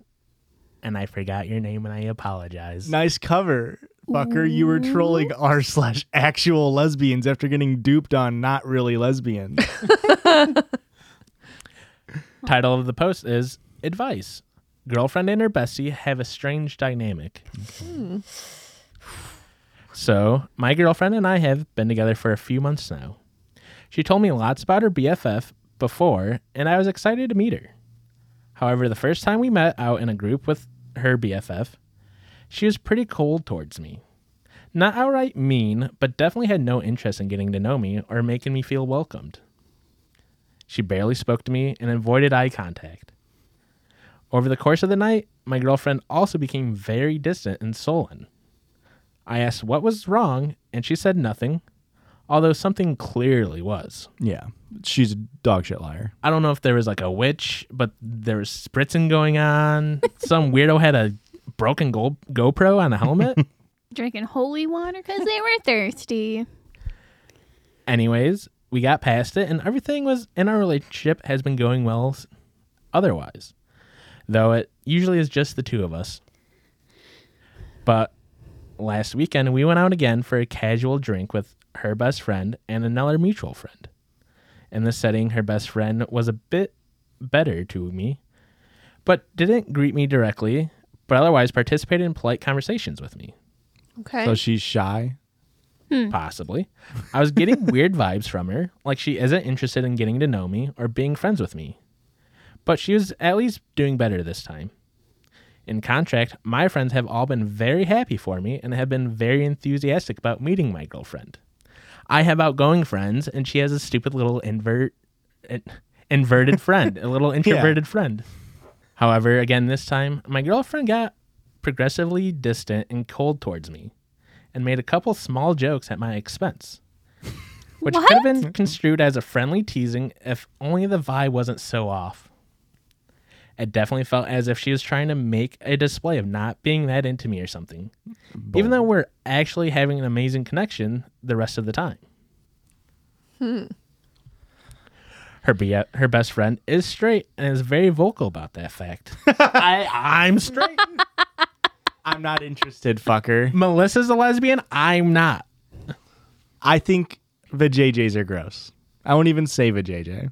Speaker 3: and I forgot your name, and I apologize.
Speaker 1: Nice cover, fucker. You were trolling r slash actual lesbians after getting duped on not really lesbians.
Speaker 3: *laughs* Title of the post is Advice. Girlfriend and her bestie have a strange dynamic. So, my girlfriend and I have been together for a few months now. She told me lots about her BFF before, and I was excited to meet her. However, the first time we met out in a group with her BFF, she was pretty cold towards me. Not outright mean, but definitely had no interest in getting to know me or making me feel welcomed. She barely spoke to me and avoided eye contact. Over the course of the night, my girlfriend also became very distant and sullen. I asked what was wrong, and she said nothing, although something clearly was.
Speaker 1: *laughs* yeah. She's a dog shit liar.
Speaker 3: I don't know if there was like a witch, but there was spritzing going on. Some weirdo had a broken go- GoPro on a helmet.
Speaker 4: Drinking holy water cuz they were thirsty.
Speaker 3: Anyways, we got past it, and everything was in our relationship has been going well s- otherwise. Though it usually is just the two of us. But last weekend, we went out again for a casual drink with her best friend and another mutual friend. In this setting, her best friend was a bit better to me, but didn't greet me directly, but otherwise participated in polite conversations with me
Speaker 2: Okay.
Speaker 1: So she's shy.
Speaker 3: possibly. I was getting weird vibes from her, like she isn't interested in getting to know me or being friends with me. But she was at least doing better this time. In contract, my friends have all been very happy for me and have been very enthusiastic about meeting my girlfriend. I have outgoing friends, and she has a stupid little invert, in- inverted friend, a little introverted friend. However, again, this time, my girlfriend got progressively distant and cold towards me and made a couple small jokes at my expense, which could have been construed as a friendly teasing if only the vibe wasn't so off. It definitely felt as if she was trying to make a display of not being that into me or something, even though we're actually having an amazing connection the rest of the time. Her, be- her best friend is straight and is very vocal about that fact. I, I'm straight.
Speaker 1: I'm not interested, *laughs* fucker.
Speaker 3: Melissa's a lesbian. I'm not.
Speaker 1: I think the JJs are gross. I won't even say the JJ.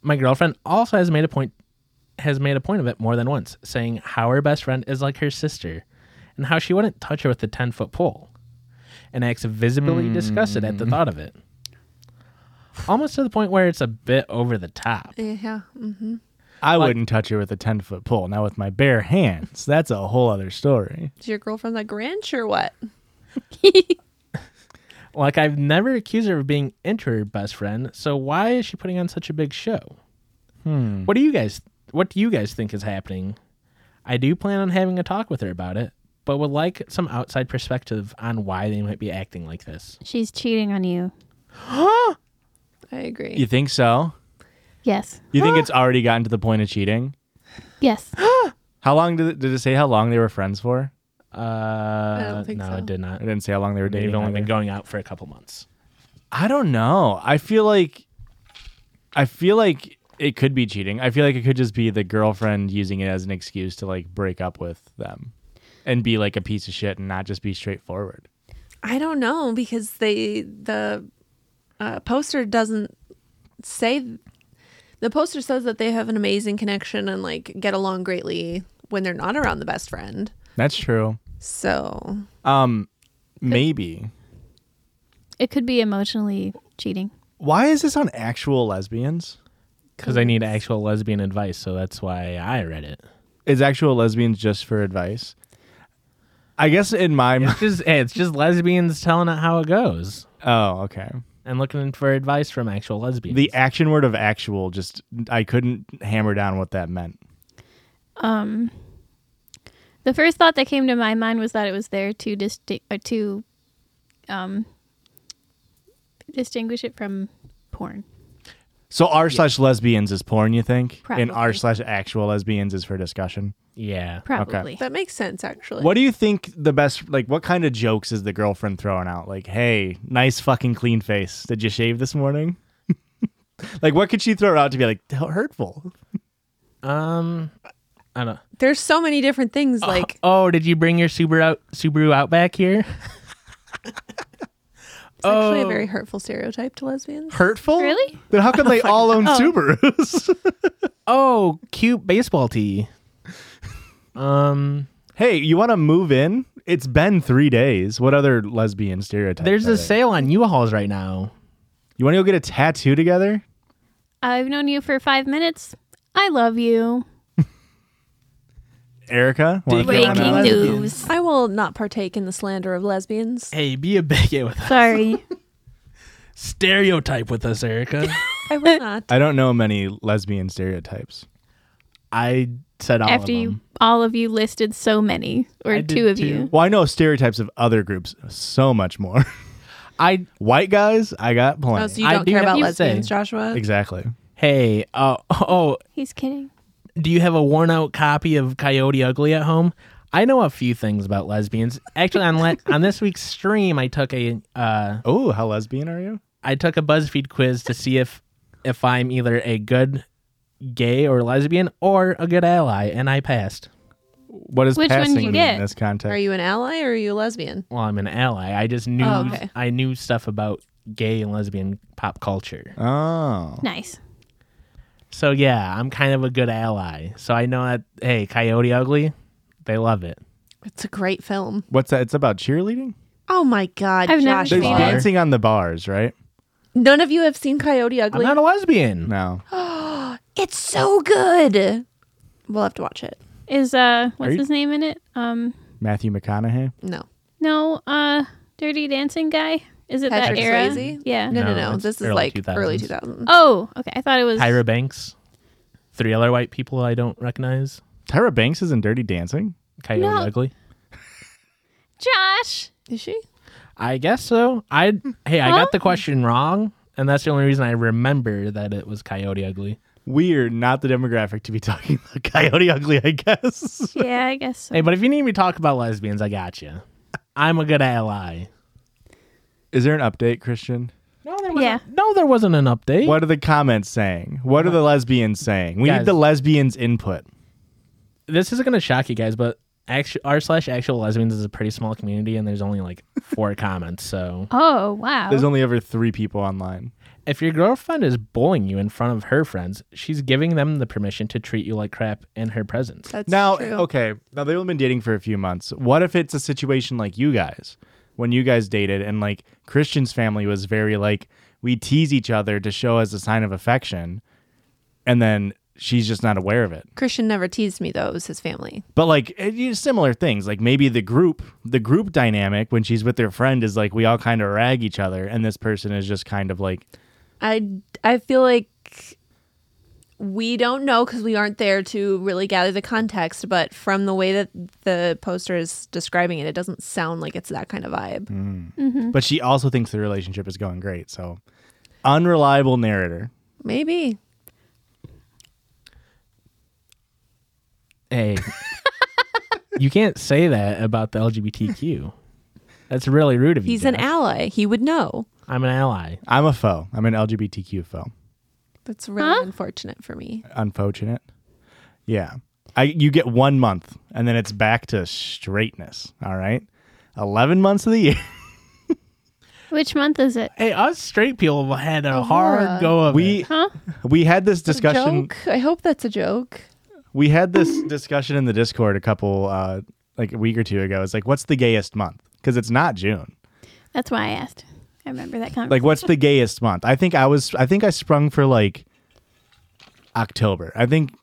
Speaker 3: my girlfriend also has made a point has made a point of it more than once, saying how her best friend is like her sister and how she wouldn't touch her with a 10 foot pole and acts visibly disgusted at the thought of it. Almost to the point where it's a bit over the top.
Speaker 2: yeah. Mm.
Speaker 1: I wouldn't touch her with a 10 foot pole. Now, with my bare hands, that's a whole other story.
Speaker 2: Is your girlfriend like ranch or what?
Speaker 3: Like, I've never accused her of being into her best friend, so why is she putting on such a big show? Hmm. What do you guys What do you guys think is happening? I do plan on having a talk with her about it, but would like some outside perspective on why they might be acting like this.
Speaker 4: She's cheating on you.
Speaker 2: I agree.
Speaker 1: You think so?
Speaker 4: Yes.
Speaker 1: You think it's already gotten to the point of cheating?
Speaker 4: Yes.
Speaker 1: How long did it, did it say how long they were friends for?
Speaker 3: Uh,
Speaker 2: don't think
Speaker 3: no,
Speaker 2: so.
Speaker 3: it did not.
Speaker 1: I didn't say how long they were dating.
Speaker 3: They've only been
Speaker 1: either.
Speaker 3: going out for a couple months.
Speaker 1: I don't know. I feel like I feel like it could be cheating. I feel like it could just be the girlfriend using it as an excuse to like break up with them and be like a piece of shit and not just be straightforward.
Speaker 2: I don't know because they the uh, poster doesn't say the poster says that they have an amazing connection and like get along greatly when they're not around the best friend.
Speaker 1: That's true.
Speaker 2: So
Speaker 1: Um maybe.
Speaker 4: It could be emotionally cheating.
Speaker 1: Why is this on actual lesbians?
Speaker 3: because I need actual lesbian advice, so that's why I read it.
Speaker 1: Is actual lesbians just for advice? I guess in my mind.
Speaker 3: *laughs* It's just hey, it's just lesbians telling it how it goes
Speaker 1: *laughs* Oh, okay.
Speaker 3: and looking for advice from actual lesbians.
Speaker 1: The action word of actual just I couldn't hammer down what that meant.
Speaker 4: Um, the first thought that came to my mind was that it was there to disti- uh, to um, distinguish it from porn.
Speaker 1: So r slash lesbians is porn, you think? And r
Speaker 4: Probably.
Speaker 1: slash actual lesbians is for discussion.
Speaker 3: yeah,
Speaker 4: Probably.
Speaker 2: That makes sense, actually.
Speaker 1: What do you think the best like what kind of jokes is the girlfriend throwing out? Like, hey, nice fucking clean face. Did you shave this morning? *laughs* like what could she throw out to be like hurtful?
Speaker 3: um, I don't.
Speaker 2: There's so many different things. Like,
Speaker 3: Oh, did you bring your Subaru out, Subaru Outback here?
Speaker 2: it's actually a
Speaker 3: oh.
Speaker 2: very hurtful stereotype to lesbians.
Speaker 1: Hurtful?
Speaker 4: Really?
Speaker 1: Then how come they all own Subarus?
Speaker 3: *laughs*
Speaker 1: *laughs*
Speaker 3: Oh, cute baseball tee. Um,
Speaker 1: hey, you want to move in? It's been three days. What other lesbian stereotype?
Speaker 3: there's a sale on U-Hauls right now.
Speaker 1: You want to go get a tattoo together?
Speaker 4: I've known you for five minutes. I love you.
Speaker 1: Erica? wanna
Speaker 3: Dig
Speaker 1: throw one
Speaker 4: Breaking
Speaker 1: out?
Speaker 3: Lesbian.
Speaker 4: news.
Speaker 2: I will not partake in the slander of lesbians.
Speaker 3: Hey, be a bigot *laughs* with us.
Speaker 4: Sorry.
Speaker 3: Stereotype with us, *laughs* Erica.
Speaker 2: I will not.
Speaker 1: I don't know many lesbian stereotypes.
Speaker 3: I said all
Speaker 4: After
Speaker 3: of
Speaker 4: you,
Speaker 3: them.
Speaker 4: all of you listed so many, or
Speaker 3: I did
Speaker 4: two of
Speaker 3: too.
Speaker 4: you.
Speaker 1: Well, I know stereotypes of other groups so much more. *laughs*
Speaker 3: I
Speaker 1: White guys, I got plenty.
Speaker 2: Oh, so you
Speaker 3: I
Speaker 2: don't
Speaker 3: do
Speaker 2: care
Speaker 3: have
Speaker 2: about
Speaker 3: to
Speaker 2: lesbians,
Speaker 3: say-
Speaker 2: Joshua?
Speaker 1: exactly.
Speaker 3: hey, uh, *laughs* oh,
Speaker 4: He's kidding.
Speaker 3: do you have a worn out copy of Coyote Ugly at home? I know a few things about lesbians. Actually, on
Speaker 4: *laughs*
Speaker 3: le- on this week's stream, I took a uh,
Speaker 1: Oh, how lesbian are you?
Speaker 3: I took a BuzzFeed quiz to see if if I'm either a good gay or lesbian or a good ally, and I passed.
Speaker 1: What does
Speaker 4: Which one
Speaker 1: passing
Speaker 4: did you
Speaker 1: mean
Speaker 4: get?
Speaker 1: in this context?
Speaker 2: Are you an ally or are you a lesbian?
Speaker 3: Well, I'm an ally. I just knew
Speaker 2: Oh, okay.
Speaker 3: I knew stuff about gay and lesbian pop culture.
Speaker 1: oh.
Speaker 4: Nice.
Speaker 3: So yeah, I'm kind of a good ally. So I know that hey, Coyote Ugly, they love it.
Speaker 2: It's a great film.
Speaker 1: What's that? It's about cheerleading?
Speaker 2: Oh my God,
Speaker 4: I've never
Speaker 2: Joshua.
Speaker 1: There's
Speaker 4: seen it.
Speaker 1: dancing on the bars, right?
Speaker 2: None of you have seen Coyote
Speaker 3: I'm
Speaker 2: Ugly.
Speaker 3: not a lesbian.
Speaker 1: No.
Speaker 2: it's so good. We'll have to watch it.
Speaker 4: Is uh, what's
Speaker 1: you-
Speaker 4: his name in it? Um,
Speaker 1: Matthew McConaughey?
Speaker 2: No.
Speaker 4: no, uh, Dirty Dancing guy. Is it
Speaker 2: Patrick
Speaker 4: that era?
Speaker 2: Swayze?
Speaker 4: Yeah.
Speaker 2: No, no,
Speaker 3: No,
Speaker 2: no.
Speaker 3: it's
Speaker 2: This is
Speaker 3: early
Speaker 2: like
Speaker 3: 2000s.
Speaker 2: early 2000s.
Speaker 4: Oh, okay. I thought it was.
Speaker 3: Tyra Banks, three other white people I don't recognize.
Speaker 1: Tyra Banks is in Dirty Dancing?
Speaker 3: Coyote
Speaker 4: No.
Speaker 3: Ugly.
Speaker 4: Josh.
Speaker 2: Is she?
Speaker 3: I guess so. I hey, I
Speaker 4: Huh?
Speaker 3: got the question wrong, and that's the only reason I remember that it was Coyote Ugly.
Speaker 1: Weird, not the demographic to be *laughs* talking about Coyote Ugly, I guess.
Speaker 4: Yeah, I guess
Speaker 3: *laughs*
Speaker 4: so.
Speaker 3: Hey, but if you need me to talk about lesbians, I got you. I'm a good ally.
Speaker 1: Is there an update, Christian?
Speaker 3: No, there
Speaker 4: wasn't- Yeah.
Speaker 3: No, there wasn't an update.
Speaker 1: What are the comments saying? What are the lesbians saying? We
Speaker 3: Guys.
Speaker 1: need the lesbians' input.
Speaker 3: This is gonna shock you guys, but actu r slash actual lesbians is a pretty small community, and there's only *laughs* like four comments. So
Speaker 4: Oh wow.
Speaker 1: There's only ever three people online.
Speaker 3: if your girlfriend is bullying you in front of her friends, she's giving them the permission to treat you like crap in her presence.
Speaker 2: That's
Speaker 1: now,
Speaker 2: true.
Speaker 1: okay, now they've only been dating for a few months. What if it's a situation like you guys, when you guys dated, and like Christian's family was very like, we tease each other to show as a sign of affection, and then she's just not aware of it.
Speaker 2: Christian never teased me though. It was his family.
Speaker 1: But like it, you- similar things, like maybe the group, the group dynamic when she's with their friend is like we all kind of rag each other, and this person is just kind of like
Speaker 2: I I feel like we don't know because we aren't there to really gather the context. But from the way that the poster is describing it, it doesn't sound like it's that kind of vibe.
Speaker 1: but she also thinks the relationship is going great. So, unreliable narrator.
Speaker 2: Maybe
Speaker 3: Hey, you can't say that about the LGBTQ. That's really rude of you.
Speaker 2: he's an
Speaker 3: Josh.
Speaker 2: ally. He would know.
Speaker 3: I'm an ally.
Speaker 1: I'm a foe. I'm an LGBTQ foe.
Speaker 2: That's really
Speaker 4: Huh?
Speaker 2: unfortunate for me.
Speaker 1: Unfortunate. Yeah. I you get 1 month and then it's back to straightness, all right? 11 months of the year. *laughs*
Speaker 4: Which month is it?
Speaker 3: Hey, us straight people had
Speaker 2: Uh-huh.
Speaker 3: a hard go of it.
Speaker 1: We
Speaker 4: Huh?
Speaker 1: we had this discussion
Speaker 2: Joke. I hope that's a joke.
Speaker 1: we had this discussion in the Discord a couple uh like a week or two ago. It's like what's the gayest month? Cuz it's not June.
Speaker 4: That's why I asked. I remember that conversation.
Speaker 1: Like, what's the gayest month? I think I was. I think I sprung for like October. I think.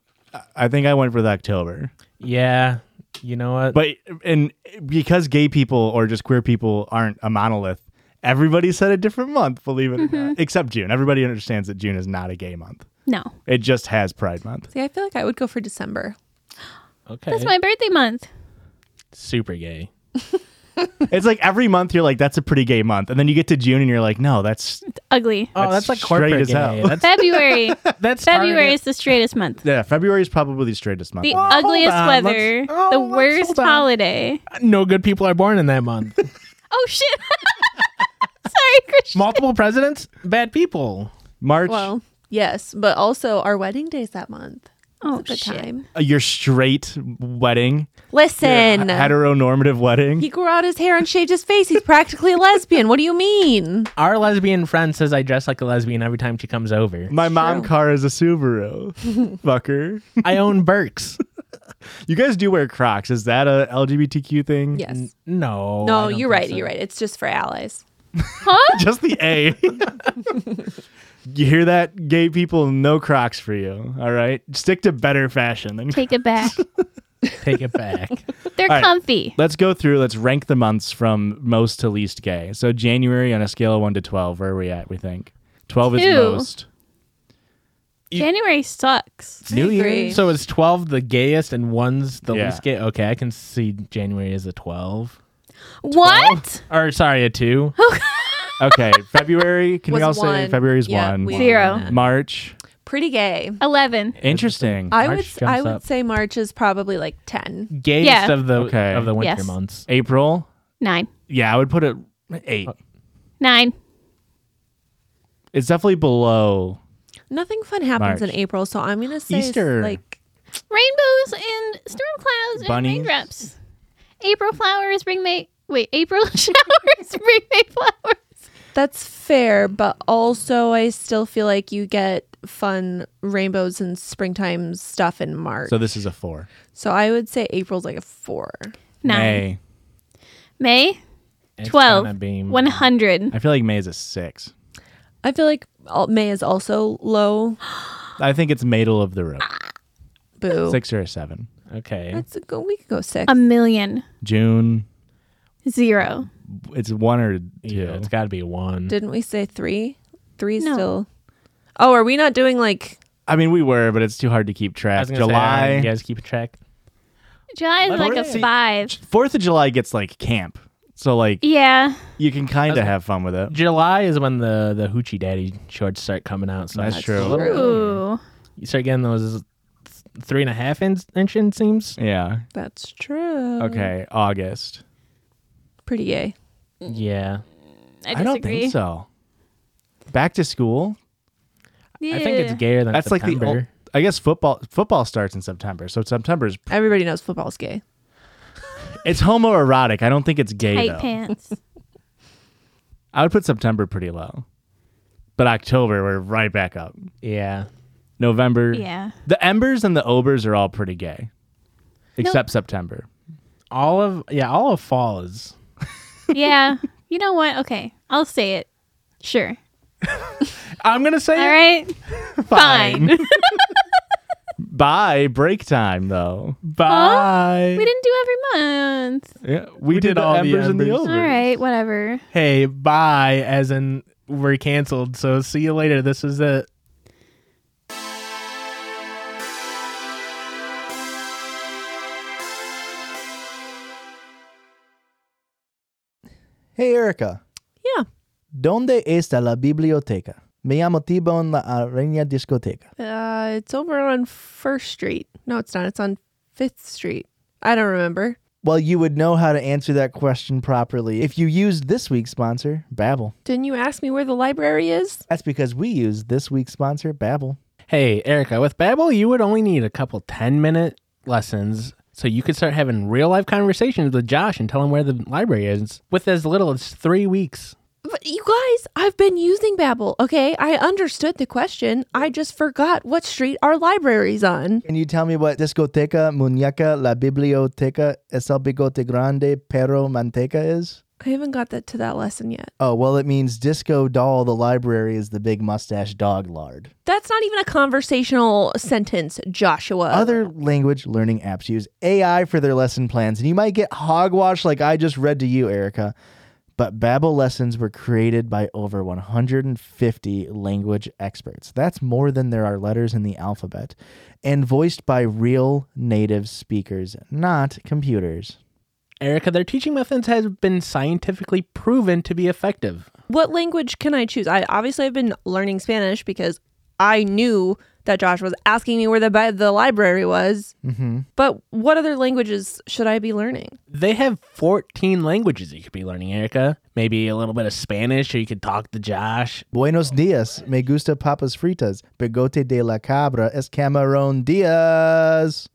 Speaker 1: I think I went for the October.
Speaker 3: Yeah. You know what?
Speaker 1: But and because gay people or just queer people aren't a monolith, everybody said a different month. Believe it or not, except June. Everybody understands that June is not a gay month.
Speaker 4: no,
Speaker 1: It just has Pride Month.
Speaker 2: See, I feel like I would go for December.
Speaker 3: okay.
Speaker 4: that's my birthday month.
Speaker 3: Super gay.
Speaker 1: It's like every month you're like, that's a pretty gay month, and then you get to June and you're like, no, that's
Speaker 4: It's ugly.
Speaker 3: Oh, *laughs*
Speaker 1: That's
Speaker 3: that's, like
Speaker 1: straight
Speaker 3: corporate
Speaker 1: as
Speaker 3: gay.
Speaker 1: hell.
Speaker 3: That's
Speaker 4: February.
Speaker 3: that's
Speaker 4: February is the straightest month.
Speaker 1: yeah. February is probably the straightest month.
Speaker 4: The
Speaker 1: though.
Speaker 4: ugliest
Speaker 3: on, let's-
Speaker 4: weather.
Speaker 3: oh,
Speaker 4: the
Speaker 3: let's-
Speaker 4: worst
Speaker 3: hold on.
Speaker 4: holiday.
Speaker 3: No good people are born in that *laughs* month.
Speaker 4: Oh shit. *laughs* Sorry, Christian.
Speaker 3: Multiple presidents, bad people.
Speaker 1: March,
Speaker 2: Well, yes, but also our wedding days that month.
Speaker 4: Oh
Speaker 2: It's a good time.
Speaker 1: uh, your straight wedding,
Speaker 2: Listen,
Speaker 1: heteronormative wedding.
Speaker 2: he grew out his hair and shaved his face. He's practically a lesbian. What do you mean?
Speaker 3: Our lesbian friend says I dress like a lesbian every time she comes *laughs* over.
Speaker 1: My mom car is a
Speaker 2: *laughs*
Speaker 1: Subaru. Fucker.
Speaker 3: I own Burks.
Speaker 1: You guys do wear Crocs. Is that a LGBTQ thing?
Speaker 2: Yes.
Speaker 3: No.
Speaker 2: No,
Speaker 3: I don't
Speaker 2: you're
Speaker 3: think
Speaker 2: right.
Speaker 3: so.
Speaker 2: You're right. It's just for allies.
Speaker 1: *laughs*
Speaker 3: *laughs*
Speaker 1: Just the
Speaker 2: *laughs*
Speaker 1: A. you hear that, gay people? No Crocs for you. All right. Stick to better fashion. Than- *laughs*
Speaker 4: Take
Speaker 3: *laughs*
Speaker 4: it back.
Speaker 3: Take it back.
Speaker 4: They're
Speaker 1: right.
Speaker 4: comfy.
Speaker 1: let's go through. Let's rank the months from most to least gay. So January on a scale of one to twelve. Where are we at? We think twelve is
Speaker 4: Two.
Speaker 1: most.
Speaker 4: January sucks.
Speaker 3: New
Speaker 2: agree.
Speaker 3: Year. So is 12 the gayest and one's the
Speaker 1: Yeah.
Speaker 3: least gay? Okay, I can see January as a 12.
Speaker 4: What?
Speaker 3: Or sorry,
Speaker 2: *laughs*
Speaker 3: a 2.
Speaker 1: Okay. February. Can we all
Speaker 2: Was
Speaker 1: say
Speaker 2: one.
Speaker 1: February is
Speaker 2: Yeah,
Speaker 1: one?
Speaker 2: we-
Speaker 4: Zero.
Speaker 1: March.
Speaker 2: Pretty gay.
Speaker 4: 11.
Speaker 1: Interesting.
Speaker 2: I
Speaker 3: March
Speaker 2: would
Speaker 3: jumps
Speaker 2: I would
Speaker 3: up.
Speaker 2: say March is probably like 10.
Speaker 3: Gayest
Speaker 4: Yeah.
Speaker 3: of the
Speaker 1: Okay.
Speaker 3: of the winter
Speaker 4: Yes.
Speaker 3: months.
Speaker 1: April.
Speaker 4: 9.
Speaker 1: Yeah, I would put it eight.
Speaker 3: Uh,
Speaker 4: 9.
Speaker 1: It's definitely below.
Speaker 2: Nothing fun happens
Speaker 1: March.
Speaker 2: in April, so I'm going to say s-
Speaker 1: Easter.
Speaker 2: like
Speaker 4: Rainbows and storm clouds
Speaker 1: Bunnies.
Speaker 4: and raindrops. April flowers bring May. Wait, April *laughs* showers bring May flowers.
Speaker 2: that's fair, but also I still feel like you get fun rainbows and springtime stuff in March.
Speaker 1: So this is a four.
Speaker 2: So I would say April's like a 4.
Speaker 4: 9.
Speaker 1: May.
Speaker 4: May
Speaker 3: It's
Speaker 4: 12.
Speaker 3: gonna be-
Speaker 4: 100.
Speaker 1: I feel like May is a six.
Speaker 2: I feel like all- May is also low. *gasps*
Speaker 1: I think it's middle of the road.
Speaker 2: Boo. Um,
Speaker 1: Six or a seven.
Speaker 3: Okay.
Speaker 2: That's a go. We could go 6.
Speaker 4: A million.
Speaker 1: June.
Speaker 4: Zero.
Speaker 1: It's one or two.
Speaker 3: Yeah, it's got to be 1.
Speaker 2: Didn't we say 3? 3 is
Speaker 4: No.
Speaker 2: still Oh, are we not doing like
Speaker 1: I mean, we were, but it's too hard to keep
Speaker 3: I
Speaker 1: track.
Speaker 3: was gonna say, uh,
Speaker 1: July.
Speaker 3: you guys keep a track.
Speaker 4: July is
Speaker 1: Let's
Speaker 4: like a
Speaker 1: see.
Speaker 4: five.
Speaker 1: Fourth of July gets like camp, so
Speaker 4: E-
Speaker 1: like
Speaker 4: Yeah.
Speaker 1: you can kind of
Speaker 3: That's-
Speaker 1: have fun with it.
Speaker 3: July is when the the hoochie daddy shorts start coming out. So
Speaker 1: That's
Speaker 3: it's a
Speaker 1: true.
Speaker 3: little-
Speaker 4: Ooh.
Speaker 3: You start getting those three and a half inch, inch inseams.
Speaker 1: Yeah.
Speaker 2: that's true.
Speaker 4: Mm-hmm.
Speaker 1: Okay. August.
Speaker 2: Pretty gay.
Speaker 3: Yeah.
Speaker 4: I disagree.
Speaker 1: I don't think so. Back to school.
Speaker 4: Yeah.
Speaker 3: I think it's gayer than
Speaker 1: That's
Speaker 3: September.
Speaker 1: like the. ol- I guess football football starts in September, so September's
Speaker 2: Everybody knows football's gay.
Speaker 1: it's homoerotic. I don't think it's gay
Speaker 4: tight
Speaker 1: though.
Speaker 4: pants.
Speaker 1: I would put September pretty low, but October we're right back up.
Speaker 3: yeah.
Speaker 1: November,
Speaker 4: yeah.
Speaker 1: The Embers and the Obers are all pretty gay, except September.
Speaker 3: All of yeah, all of fall is
Speaker 4: Yeah. You know what? Okay. I'll say it. Sure.
Speaker 3: I'm gonna say
Speaker 4: All right. Fine.
Speaker 1: By break time, though,
Speaker 3: bye.
Speaker 4: we didn't do every month.
Speaker 1: yeah, we, did,
Speaker 3: did
Speaker 1: all
Speaker 3: all the
Speaker 1: Embers, and the
Speaker 3: Embers.
Speaker 1: Obers.
Speaker 4: All right. Whatever.
Speaker 3: Hey, bye. As in we're canceled. So see you later. This is it.
Speaker 5: Hey Erica,
Speaker 2: Yeah.
Speaker 5: ¿dónde está la biblioteca? Me llamo Tibon la araña discoteca.
Speaker 2: Uh, it's over on First Street. No, it's not. It's on Fifth Street. I don't remember.
Speaker 5: Well, you would know how to answer that question properly if you used this week's sponsor, Babbel.
Speaker 2: Didn't you ask me where the library is?
Speaker 5: That's because we use this week's sponsor, Babbel.
Speaker 3: Hey, Erica, with Babbel, you would only need a couple 10 minute lessons so you could start having real life conversations with Josh and tell him where the library is with as little as three weeks.
Speaker 2: But you guys, I've been using Babbel. Okay, I understood the question. I just forgot what street our library's on.
Speaker 5: Can you tell me what discoteca, muñeca, la biblioteca, es el bigote grande, pero manteca is?
Speaker 2: I haven't got that to that lesson yet.
Speaker 5: Oh, well, it means Disco Doll the library is the big mustache dog lard.
Speaker 2: That's not even a conversational sentence, Joshua.
Speaker 5: Other language learning apps use AI for their lesson plans, and you might get hogwash like I just read to you, Erica. But Babbel lessons were created by over 150 language experts. That's more than there are letters in the alphabet, and voiced by real native speakers, not computers.
Speaker 3: Erica, their teaching methods have been scientifically proven to be effective.
Speaker 2: what language can I choose? I obviously have been learning Spanish because I knew that Josh was asking me where the bi- the library was. Mm-hmm. But what other languages should I be learning?
Speaker 3: They have 14 languages you could be learning, Erica. Maybe a little bit of Spanish, or you could talk to Josh.
Speaker 5: Buenos dias, me gusta papas fritas. Bigote de la cabra es camarón dias.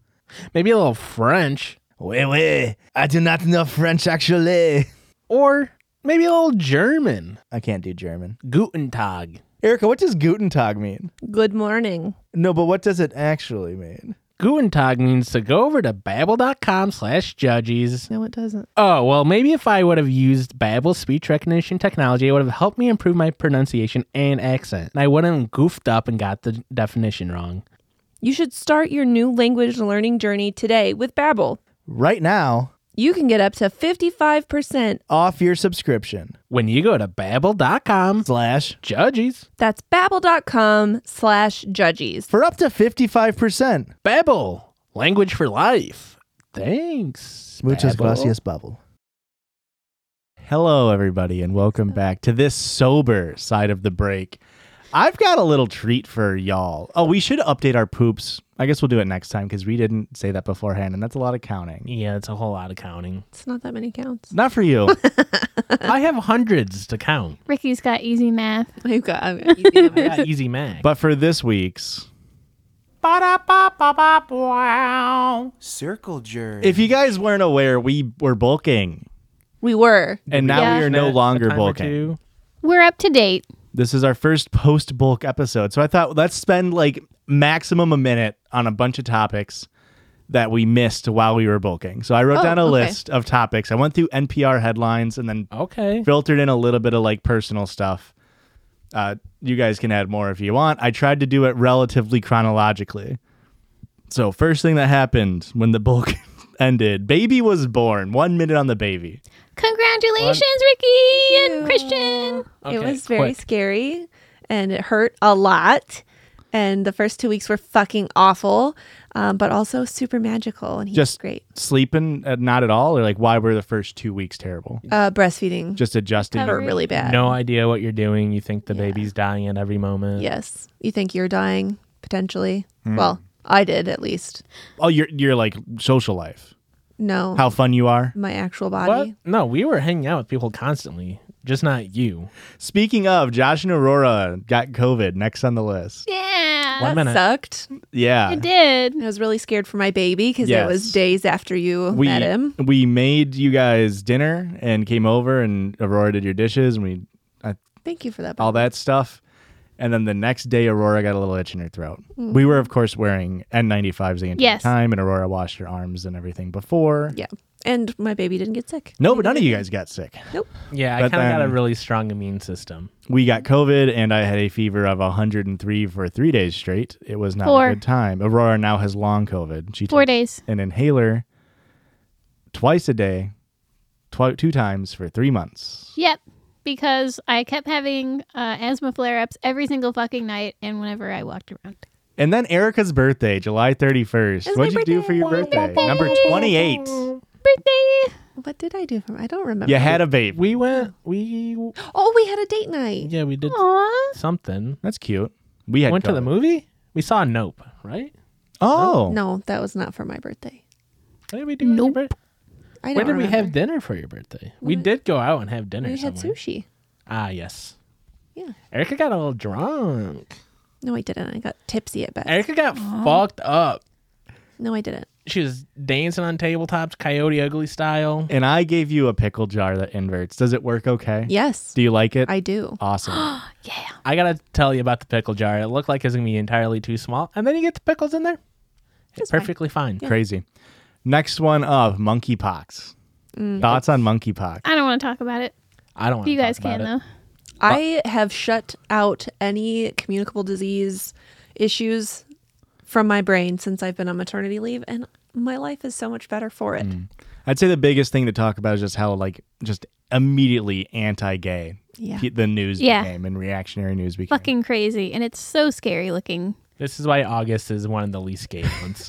Speaker 3: Maybe a little French,
Speaker 5: Oui, oui, I do not know French actually. *laughs*
Speaker 3: or maybe a little German.
Speaker 5: I can't do German.
Speaker 3: Guten Tag.
Speaker 5: Erica, what does Guten Tag mean?
Speaker 2: Good morning.
Speaker 5: No, but what does it actually mean?
Speaker 3: Guten Tag means to go over to babbel.com slash judges.
Speaker 2: No, it doesn't.
Speaker 3: Oh, well, maybe if I would have used Babbel's speech recognition technology, it would have helped me improve my pronunciation and accent. And I wouldn't have goofed up and got the definition wrong.
Speaker 2: You should start your new language learning journey today with Babbel.
Speaker 5: Right now,
Speaker 2: You can get up to 55%.
Speaker 5: off your subscription.
Speaker 3: When you go to babbel.com
Speaker 5: Slash
Speaker 3: judges,
Speaker 2: That's babbel.com slash judges.
Speaker 5: for up to 55%.
Speaker 3: Babbel, language for life. Thanks.
Speaker 5: Muchas
Speaker 3: Babbel.
Speaker 5: gracias, Bubble.
Speaker 1: Hello, everybody, and welcome back to this sober side of the break. I've got a little treat for y'all. Oh, we should update our poops. I guess we'll do it next time because we didn't say that beforehand, and that's a lot of counting.
Speaker 3: Yeah, it's a whole lot of counting. *laughs*
Speaker 2: It's not that many *laughs* counts.
Speaker 1: Not for you.
Speaker 3: I have hundreds to count.
Speaker 4: Ricky's got easy math.
Speaker 2: You've got I've got easy numbers.
Speaker 3: I got easy mac.
Speaker 1: but for this week's
Speaker 6: Circle jerk.
Speaker 1: If you guys weren't aware, we were bulking,
Speaker 2: We were.
Speaker 1: and now
Speaker 4: Yeah.
Speaker 1: we are no longer bulking.
Speaker 4: We're up to date.
Speaker 1: This is our first post bulk episode, so I thought let's spend like maximum a minute on a bunch of topics that we missed while we were bulking. So I wrote
Speaker 2: Oh,
Speaker 1: down a
Speaker 2: okay.
Speaker 1: list of topics. I went through NPR headlines and then
Speaker 3: Okay.
Speaker 1: filtered in a little bit of like personal stuff. Uh, you guys can add more if you want. I tried to do it relatively chronologically. So first thing that happened when the bulk *laughs* ended, baby was born. One minute on the baby.
Speaker 4: Congratulations, Ricky and Christian.
Speaker 2: it
Speaker 3: Okay,
Speaker 2: was very
Speaker 3: quick.
Speaker 2: scary and it hurt a lot. And the first two weeks were fucking awful, um, but also super magical. And he's
Speaker 1: Just
Speaker 2: great.
Speaker 1: Sleeping uh, not at all, or like why were the first two weeks terrible?
Speaker 2: Uh, breastfeeding
Speaker 1: Just adjusting.
Speaker 4: Cover.
Speaker 2: were really bad.
Speaker 3: No idea what you're doing. You think the
Speaker 2: Yeah.
Speaker 3: baby's dying at every moment.
Speaker 2: Yes. You think you're dying potentially?
Speaker 3: Hmm.
Speaker 2: Well, I did at least.
Speaker 1: Oh, your your like social life,
Speaker 2: No,
Speaker 1: how fun you are.
Speaker 2: my actual
Speaker 3: What?
Speaker 2: body.
Speaker 3: No, we were hanging out with people constantly, just not you.
Speaker 1: Speaking of, Josh and Aurora got COVID. Next on the list.
Speaker 4: Yeah.
Speaker 2: that
Speaker 3: One minute.
Speaker 2: sucked.
Speaker 1: Yeah,
Speaker 4: It did.
Speaker 2: I was really scared for my baby because it was
Speaker 1: Yes.
Speaker 2: days after you
Speaker 1: we
Speaker 2: met him.
Speaker 1: we made you guys dinner and came over and Aurora did your dishes and we
Speaker 2: Thank you for that.
Speaker 1: all that stuff. And then the next day, Aurora got a little itch in her throat. We were, of course, wearing N95s the entire
Speaker 4: Mm. Yes.
Speaker 1: time, and Aurora washed her arms and everything before.
Speaker 2: yeah. And my baby didn't get sick.
Speaker 1: No, but none of you guys got sick.
Speaker 3: Yeah, I
Speaker 1: But
Speaker 3: kind of got a
Speaker 1: then-
Speaker 3: really strong immune system.
Speaker 1: We got COVID, and I had a fever of 103 for three days straight. It was not
Speaker 4: Four.
Speaker 1: a good time. Aurora now has long COVID. She
Speaker 4: Four
Speaker 1: takes
Speaker 4: days.
Speaker 1: an inhaler twice a day, twi- two times for three months.
Speaker 4: Yep. Because I kept having uh, asthma flare ups every single fucking night and whenever I walked around.
Speaker 1: And then Erica's birthday, July 31st.
Speaker 2: It's my
Speaker 1: What'd you do for your
Speaker 2: birthday.
Speaker 1: birthday? Number 28.
Speaker 4: Birthday.
Speaker 2: What did I do for my? I don't remember.
Speaker 1: You had a vape.
Speaker 3: We went. We
Speaker 2: Oh, we had a date night.
Speaker 3: yeah, we did
Speaker 4: Aw.
Speaker 3: something.
Speaker 1: That's cute. We had
Speaker 3: went to the
Speaker 1: COVID.
Speaker 3: movie. We saw Nope, right?
Speaker 1: Oh,
Speaker 2: No, that was not for my birthday.
Speaker 3: What did we do? on your
Speaker 4: Nope.
Speaker 3: bir-
Speaker 2: I
Speaker 3: Where
Speaker 2: don't
Speaker 3: did we have
Speaker 2: remember.
Speaker 3: dinner for your birthday? We did go out and have dinner.
Speaker 2: We had
Speaker 3: somewhere.
Speaker 2: sushi.
Speaker 3: Ah, yes.
Speaker 2: Yeah.
Speaker 3: Erica got a little drunk.
Speaker 2: No, I didn't. I got tipsy at best.
Speaker 3: Erica got fucked up.
Speaker 2: No, I didn't.
Speaker 3: She was dancing on tabletops, Coyote Ugly style.
Speaker 1: And I gave you a pickle jar that inverts. Does it work okay?
Speaker 2: Yes,
Speaker 1: Do you like it?
Speaker 2: I do. *gasps*
Speaker 1: awesome.
Speaker 3: I gotta tell you about the pickle jar. It looked like it was gonna be entirely too small, and then you get the pickles in there. It's
Speaker 2: fine.
Speaker 3: perfectly fine.
Speaker 1: Crazy. Next one up, monkeypox.
Speaker 2: Mm.
Speaker 1: Thoughts on monkeypox?
Speaker 4: I don't want to talk about it.
Speaker 3: I don't want
Speaker 4: You guys can though.
Speaker 2: I have shut out any communicable disease issues from my brain since I've been on maternity leave, and my life is so much better for it.
Speaker 1: I'd say the biggest thing to talk about is just how like just immediately anti-gay
Speaker 2: Yeah.
Speaker 1: pe- the news
Speaker 4: Yeah.
Speaker 1: became and reactionary news became.
Speaker 4: Fucking crazy, and it's so scary looking.
Speaker 3: This is why August is one of the least
Speaker 4: *laughs*
Speaker 3: gay months.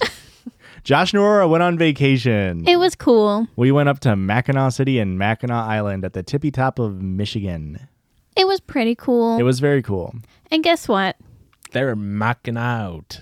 Speaker 1: Josh and Aurora went on vacation.
Speaker 4: It was cool.
Speaker 1: we went up to Mackinac City and Mackinac Island at the tippy top of Michigan.
Speaker 4: It was pretty cool.
Speaker 1: It was very cool.
Speaker 4: and guess what?
Speaker 3: They're mocking
Speaker 4: *laughs*
Speaker 3: out.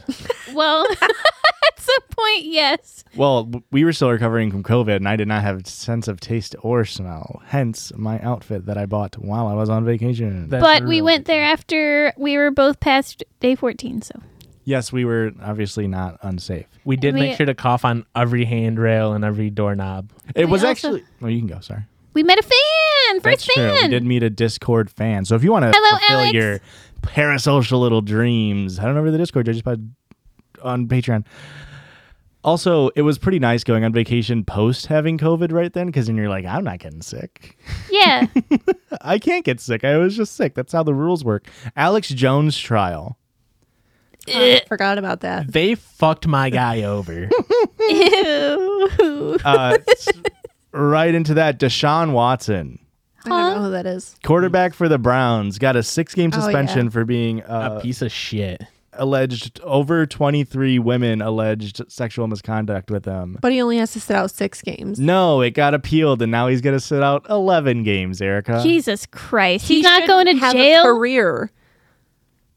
Speaker 4: Well, at some point, yes.
Speaker 1: Well, w- we were still recovering from COVID, and I did not have sense of taste or smell. Hence, my outfit that I bought while I was on vacation.
Speaker 3: That's
Speaker 4: but we
Speaker 3: real.
Speaker 4: went there after we were both past day 14, so.
Speaker 1: yes, we were obviously not unsafe.
Speaker 3: We did
Speaker 4: We-
Speaker 3: make sure to cough on every handrail and every doorknob.
Speaker 1: It was
Speaker 4: also-
Speaker 1: actually. Oh, you can go. Sorry.
Speaker 4: We met a fan! First
Speaker 1: That's true.
Speaker 4: fan!
Speaker 1: We did meet a Discord fan. So if you want to
Speaker 4: Hello,
Speaker 1: fulfill
Speaker 4: Alex.
Speaker 1: your parasocial little dreams, head on over to the Discord. I just put on Patreon. Also, it was pretty nice going on vacation post having COVID right then, because then you're like, I'm not getting sick.
Speaker 4: Yeah.
Speaker 1: I can't get sick. I was just sick. That's how the rules work. Alex Jones trial.
Speaker 2: I forgot about that.
Speaker 3: They fucked my guy
Speaker 4: *laughs*
Speaker 3: over.
Speaker 4: Ew.
Speaker 1: Uh, s- right into that, Deshaun Watson.
Speaker 2: I don't know who that is.
Speaker 1: Quarterback for the Browns got a six-game
Speaker 2: Oh, yeah.
Speaker 1: suspension for being uh,
Speaker 3: a piece of shit.
Speaker 1: alleged over 23 women alleged sexual misconduct with him.
Speaker 2: But he only has to sit out six games.
Speaker 1: No, it got appealed and now he's going to sit out 11 games, Erica.
Speaker 4: Jesus Christ. He's
Speaker 2: He
Speaker 4: not
Speaker 2: should
Speaker 4: going to
Speaker 2: have
Speaker 4: jail.
Speaker 2: A career.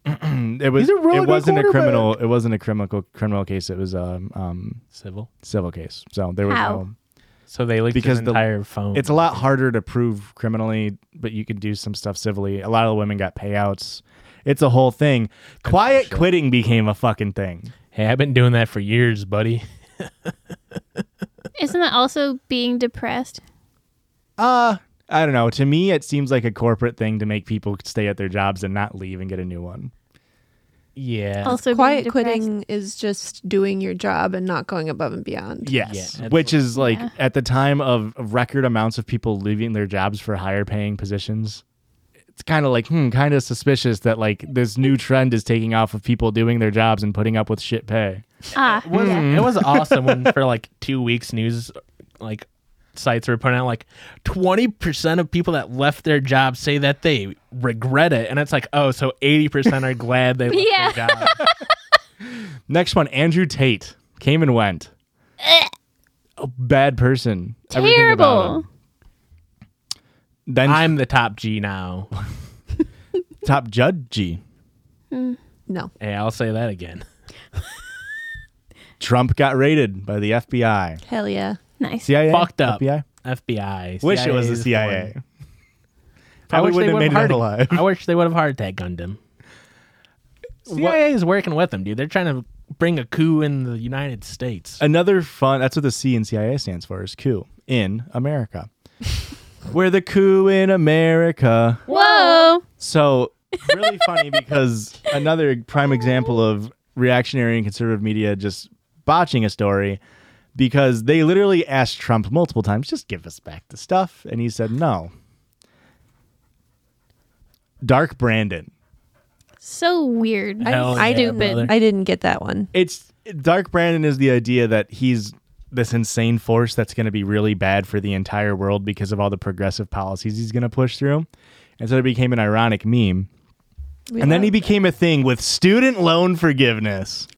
Speaker 1: it was
Speaker 5: He's a really
Speaker 1: it
Speaker 5: good
Speaker 1: wasn't a
Speaker 5: quarterback.
Speaker 1: criminal it wasn't a criminal criminal case, it was a um
Speaker 3: Civil.
Speaker 1: civil case. So there was
Speaker 4: How?
Speaker 1: no
Speaker 3: So they leaked
Speaker 1: Because
Speaker 3: because
Speaker 1: the-
Speaker 3: entire phone.
Speaker 1: It's a lot harder to prove criminally, but you can do some stuff civilly. A lot of the women got payouts. It's a whole thing. Quiet quitting became a fucking thing.
Speaker 3: hey, I've been doing that for years, buddy. *laughs*
Speaker 4: Isn't that also being depressed?
Speaker 1: Uh, I don't know. To me, it seems like a corporate thing to make people stay at their jobs and not leave and get a new one.
Speaker 3: Yeah.
Speaker 4: Also,
Speaker 2: Quiet
Speaker 4: being depressed.
Speaker 2: quitting is just doing your job and not going above and beyond.
Speaker 1: Yes.
Speaker 3: Yeah,
Speaker 1: Which is like
Speaker 4: Yeah.
Speaker 1: at the time of of record amounts of people leaving their jobs for higher paying positions. It's kind of like, hmm, kind of suspicious that like this new trend is taking off of people doing their jobs and putting up with shit pay.
Speaker 4: Ah,
Speaker 3: was- it was awesome when for like two weeks news like sites were putting out like 20% of people that left their job say that they regret it and it's like oh so 80% are glad they *laughs* left
Speaker 4: Yeah.
Speaker 3: their job
Speaker 1: Next one, Andrew Tate came and went. a bad person. Everything about
Speaker 4: terrible.
Speaker 1: him. Then
Speaker 3: i'm the top g now
Speaker 1: top judge
Speaker 2: No.
Speaker 3: hey i'll say that again
Speaker 1: Trump got raided by the FBI.
Speaker 2: Hell yeah.
Speaker 4: Nice.
Speaker 1: CIA
Speaker 3: Fucked up.
Speaker 1: FBI. *laughs*
Speaker 3: fbi
Speaker 1: Wish it
Speaker 3: CIA
Speaker 1: was the
Speaker 3: is
Speaker 1: CIA.
Speaker 3: one.
Speaker 1: Probably
Speaker 3: wish they
Speaker 1: wouldn't have made it out
Speaker 3: would've hard-
Speaker 1: alive.
Speaker 3: i wish they would have hard that gundam cia is working with them dude they're trying to bring a coup in the united states
Speaker 1: Another fun. That's what the C in CIA stands for. Is coup in America. We're the coup in America.
Speaker 4: Whoa.
Speaker 1: So really funny because another prime example of reactionary and conservative media just botching a story because they literally asked Trump multiple times, just give us back the stuff. And he said no. Dark Brandon.
Speaker 4: So weird.
Speaker 3: Hell
Speaker 2: I
Speaker 3: yeah,
Speaker 2: do,
Speaker 3: brother.
Speaker 2: but I didn't get that one.
Speaker 1: It's Dark Brandon is the idea that he's this insane force that's going to be really bad for the entire world because of all the progressive policies he's going to push through. And so it became an ironic meme.
Speaker 2: We
Speaker 1: And then
Speaker 2: love-
Speaker 1: he became a thing with student loan forgiveness.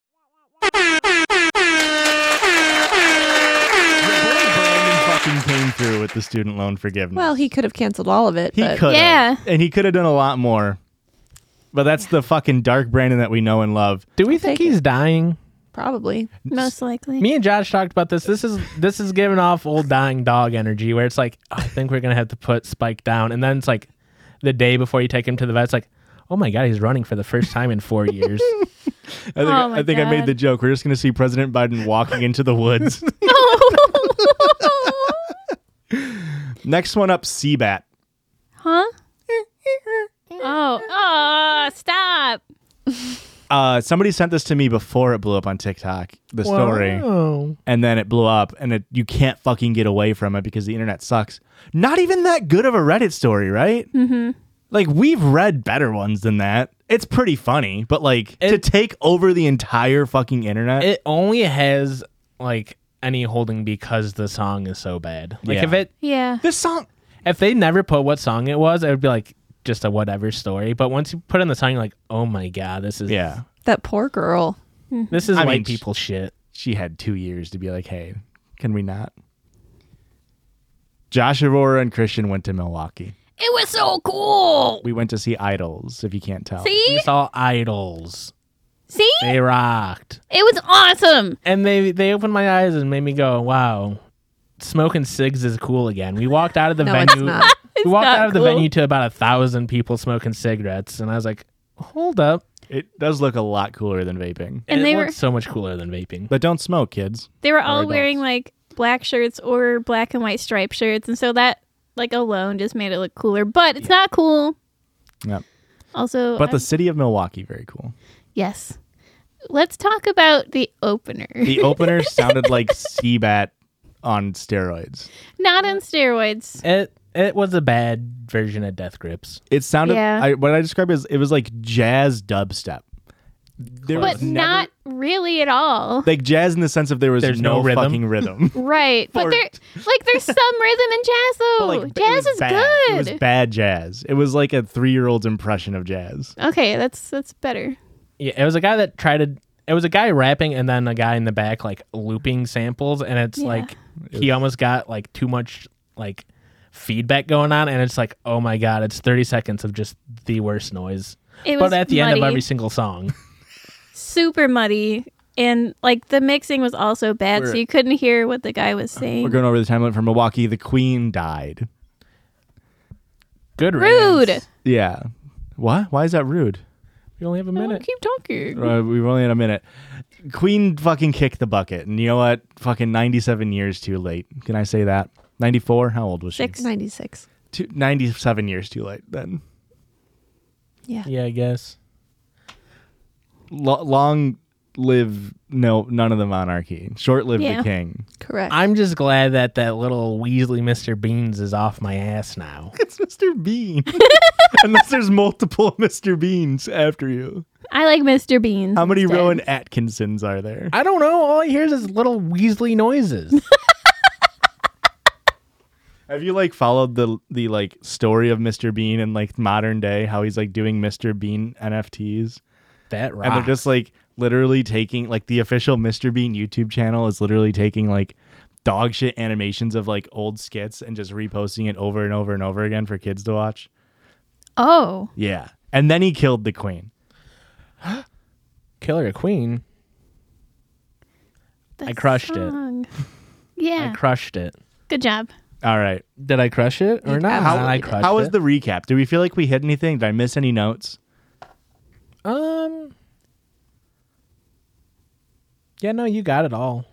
Speaker 1: Brandon fucking came through with the student loan forgiveness.
Speaker 2: well, he could have canceled all of it.
Speaker 1: he
Speaker 2: but
Speaker 1: could
Speaker 4: Yeah.
Speaker 1: and he could have done a lot more. But that's the fucking dark Brandon that we know and love.
Speaker 3: do we think
Speaker 2: take
Speaker 3: he's dying
Speaker 2: Probably.
Speaker 4: Most likely.
Speaker 3: me and Josh talked about this. This is this is giving off old dying dog energy, where it's like, "Oh, I think we're gonna have to put Spike down, and then it's like, the day before you take him to the vet, it's like, oh my god, he's running for the first time in four years.
Speaker 1: *laughs* I think,
Speaker 4: Oh my
Speaker 1: I, think I made
Speaker 4: God.
Speaker 1: the joke. We're just going to see President Biden walking into the
Speaker 4: *laughs*
Speaker 1: woods. *laughs* Next one up, Seabat.
Speaker 4: huh? oh, oh, stop.
Speaker 1: Uh, somebody sent this to me before it blew up on TikTok. The story,
Speaker 3: Whoa.
Speaker 1: and then it blew up, and it, you can't fucking get away from it because the internet sucks. Not even that good of a Reddit story, right? Mm-hmm. Like we've read better ones than that. It's pretty funny, but like to
Speaker 3: It-
Speaker 1: take over the entire fucking internet.
Speaker 3: It only has like any holding because the song is so bad. Like
Speaker 1: Yeah.
Speaker 3: if it
Speaker 4: Yeah.
Speaker 1: this song,
Speaker 3: if they never put what song it was, it would be like just a whatever story. But once you put in the song, you're like, oh my god, this is
Speaker 1: yeah.
Speaker 2: That poor girl.
Speaker 3: this is
Speaker 1: I mean,
Speaker 3: white
Speaker 1: sh-
Speaker 3: people shit.
Speaker 1: she had two years to be like, hey, can we not? Josh Aurora and Christian went to Milwaukee.
Speaker 4: It was so cool.
Speaker 1: We went to see Idols, if you can't tell.
Speaker 4: See?
Speaker 3: It's all idols.
Speaker 4: See?
Speaker 3: They rocked,
Speaker 4: It was awesome.
Speaker 3: and they they opened my eyes and made me go, wow, smoking cigs is cool again. We walked out of the
Speaker 2: No,
Speaker 3: venue.
Speaker 2: it's not.
Speaker 3: We walked
Speaker 4: not
Speaker 3: out of the
Speaker 4: cool.
Speaker 3: venue to about a thousand people smoking cigarettes, and I was like, hold up,
Speaker 1: It does look a lot cooler than vaping.
Speaker 4: And
Speaker 3: it
Speaker 4: they were-
Speaker 3: looked so much cooler than vaping.
Speaker 1: But don't smoke, kids.
Speaker 4: They were all
Speaker 1: adults.
Speaker 4: wearing like black shirts or black and white striped shirts, and so that like alone just made it look cooler. But it's not cool.
Speaker 1: Yep.
Speaker 4: Also,
Speaker 1: But the
Speaker 4: I'm-
Speaker 1: city of Milwaukee, very cool.
Speaker 4: yes, let's talk about the opener.
Speaker 1: The opener sounded like Seabat on steroids.
Speaker 4: *laughs* not on steroids.
Speaker 3: It it was a bad version of Death Grips.
Speaker 1: It sounded,
Speaker 4: Yeah.
Speaker 1: I, what I describe is it was like jazz dubstep. There
Speaker 4: But
Speaker 1: was never-
Speaker 4: not really
Speaker 1: *laughs*
Speaker 4: at all.
Speaker 1: like jazz in the sense of there was
Speaker 3: There's
Speaker 1: no,
Speaker 3: no rhythm.
Speaker 1: fucking rhythm.
Speaker 4: Right. But
Speaker 1: Or-
Speaker 4: there
Speaker 1: *laughs*
Speaker 4: like there's some rhythm in jazz though.
Speaker 1: But, like, it
Speaker 4: jazz
Speaker 1: was
Speaker 4: is
Speaker 1: bad.
Speaker 4: *laughs*
Speaker 1: It was
Speaker 4: good.
Speaker 1: bad jazz. It was like a three-year-old's impression of jazz.
Speaker 4: Okay, that's that's better.
Speaker 3: Yeah, it was a guy that tried to. It was a guy rapping and then a guy in the back like looping samples, and it's
Speaker 4: Yeah.
Speaker 3: like he almost got like too much like feedback going on, and it's like oh my god, it's thirty seconds of just the worst noise.
Speaker 4: It was
Speaker 3: But at the
Speaker 4: muddy,
Speaker 3: end of every single song,
Speaker 4: super muddy and like the mixing was also bad so
Speaker 1: We're-
Speaker 4: you couldn't hear what the guy was
Speaker 1: We're
Speaker 4: saying.
Speaker 1: going over the time limit for Milwaukee. The Queen died.
Speaker 3: good
Speaker 4: Rude.
Speaker 3: riddance.
Speaker 1: Yeah. What? Why is that rude?
Speaker 3: We only have a
Speaker 4: I wanna
Speaker 3: minute.
Speaker 4: keep talking.
Speaker 1: Uh, we've only had a minute. Queen fucking kicked the bucket, and you know what? Fucking ninety-seven years too late. Can I say that? Ninety-four. How old was she?
Speaker 4: Six.
Speaker 2: 96.
Speaker 1: Two, Ninety-seven years too late. Then
Speaker 3: Yeah, I guess.
Speaker 1: Lo- long live no none of the monarchy. Short live
Speaker 4: Yeah.
Speaker 1: the king.
Speaker 2: Correct.
Speaker 3: I'm just glad that that little Weasley Mr. Beans is off my ass
Speaker 4: *laughs*
Speaker 3: now.
Speaker 1: *laughs* It's Mr. Bean. *laughs* Unless there's multiple *laughs* Mr. Beans after you.
Speaker 4: I like Mr. Bean.
Speaker 1: How many
Speaker 4: instead.
Speaker 1: Rowan Atkinsons are there?
Speaker 3: I don't know. All I hear is little Weasley
Speaker 4: *laughs*
Speaker 3: noises.
Speaker 1: Have you like followed the the like story of Mr. Bean in like modern day? How he's like doing Mr. Bean NFTs,
Speaker 3: that rocks.
Speaker 1: and they're just like literally taking like the official Mr. Bean YouTube channel is literally taking like dog shit animations of like old skits and just reposting it over and over and over again for kids to watch.
Speaker 4: Oh.
Speaker 1: Yeah, and then he killed the queen.
Speaker 3: Killer Queen.
Speaker 4: the
Speaker 3: I crushed it.
Speaker 4: song. Yeah.
Speaker 3: I crushed it.
Speaker 4: Good job.
Speaker 1: All right,
Speaker 3: Did I crush it or not?
Speaker 2: absolutely
Speaker 3: I
Speaker 2: did.
Speaker 3: crushed
Speaker 1: how
Speaker 3: it.
Speaker 1: was the recap? Do we feel like we hit anything? Did I miss any notes?
Speaker 3: um? Yeah, no, you got it all.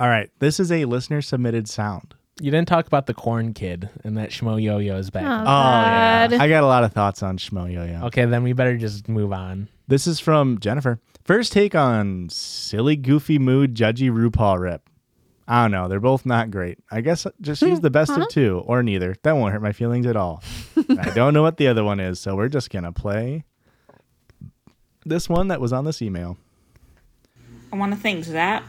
Speaker 1: All right, this is a listener submitted
Speaker 3: *laughs*
Speaker 1: sound.
Speaker 3: You didn't talk about the corn kid and that Shmo Yo Yo is back.
Speaker 4: Oh,
Speaker 1: yeah.
Speaker 4: God.
Speaker 1: I got a lot of thoughts on Shmo Yo
Speaker 4: Oh.
Speaker 1: Yo.
Speaker 3: Okay, then we better just move
Speaker 4: *laughs*
Speaker 3: on.
Speaker 1: This is from Jennifer. First take on silly, goofy mood, judgy RuPaul rip. I don't know. They're both not great. I guess just use the best of two or neither. That won't hurt my feelings at
Speaker 3: *laughs*
Speaker 1: all. I don't know what the other one is, so we're just going to play this one that was on this email.
Speaker 6: I want to thank Zap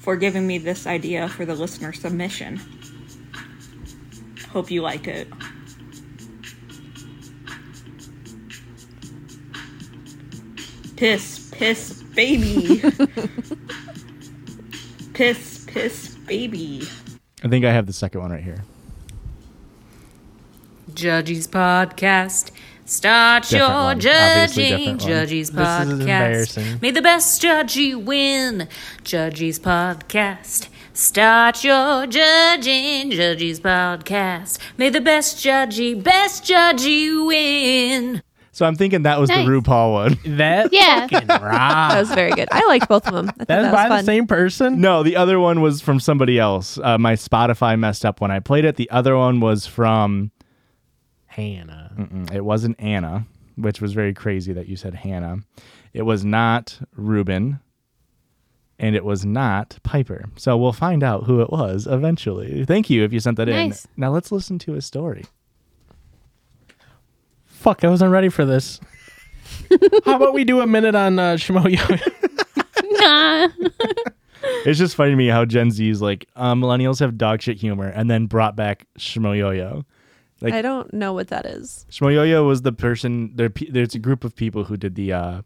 Speaker 6: for giving me this idea for the listener submission. Hope you like it. Piss, piss, baby. piss, piss, baby.
Speaker 1: I think I have the second one right here.
Speaker 7: Judges Podcast. Start
Speaker 1: Different
Speaker 7: your
Speaker 1: one. Obviously
Speaker 7: judging.
Speaker 1: different one.
Speaker 7: Judges
Speaker 3: This
Speaker 7: Podcast.
Speaker 3: is embarrassing.
Speaker 7: May the best judgy win. Judges Podcast. Start your judging. Judges Podcast. May the best judgy, best judgy win.
Speaker 1: So I'm thinking that was
Speaker 4: Nice.
Speaker 1: the RuPaul one.
Speaker 3: That
Speaker 4: Yeah.
Speaker 3: fucking
Speaker 2: that
Speaker 3: rock.
Speaker 2: was very good. I liked both of them. I thought
Speaker 3: That
Speaker 2: that
Speaker 3: is
Speaker 2: was
Speaker 3: by the
Speaker 2: fun.
Speaker 3: same person.
Speaker 1: No, the other one was from somebody else. Uh, my Spotify messed up when I played it. The other one was from,
Speaker 3: Hannah.
Speaker 1: mm, it wasn't Anna. which was very crazy that you said Hannah. It was not Reuben, and it was not Piper. So we'll find out who it was eventually. Thank you if you sent that
Speaker 4: Nice.
Speaker 1: in. Now let's listen to his story.
Speaker 3: Fuck, I wasn't ready for *laughs* this. How about we do a minute on uh, Shimoyo?
Speaker 4: *laughs* Nah.
Speaker 1: It's just funny to me how Gen Z's like uh, millennials have dog shit humor and then brought back Shmoyoyo. Like-
Speaker 2: I don't know what that is.
Speaker 1: Shmoyoyo was the person. There, pe- there's a group of people who did the, uh,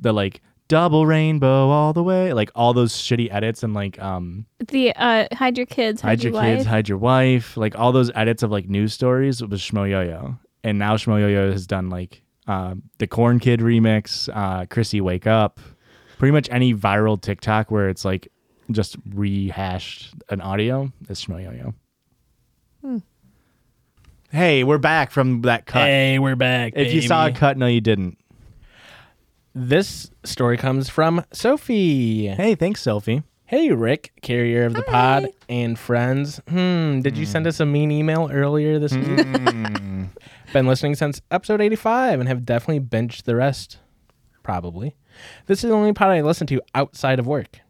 Speaker 1: the like double rainbow all the way, like all those shitty edits and like um
Speaker 4: the uh, hide your kids, hide,
Speaker 1: hide your kids,
Speaker 4: wife.
Speaker 1: hide your wife, like all those edits of like news stories. It was Shmoyoyo, and now Shmoyoyo has done like uh, the Corn Kid remix, uh, Chrissy Wake Up, pretty much any viral TikTok where it's like just rehashed an audio is Shmoyoyo. Hey, we're back from that cut.
Speaker 3: hey, we're back.
Speaker 1: If you saw a
Speaker 3: baby.
Speaker 1: cut, no, you didn't.
Speaker 3: this story comes from Sophie.
Speaker 1: Hey, thanks, Sophie.
Speaker 3: Hey, Rick, carrier of the pod and friends. Hmm, did you send us a mean email earlier this week? *laughs* Been listening since episode 85 and have definitely benched the rest. Probably. This is the only pod I listen to outside of work.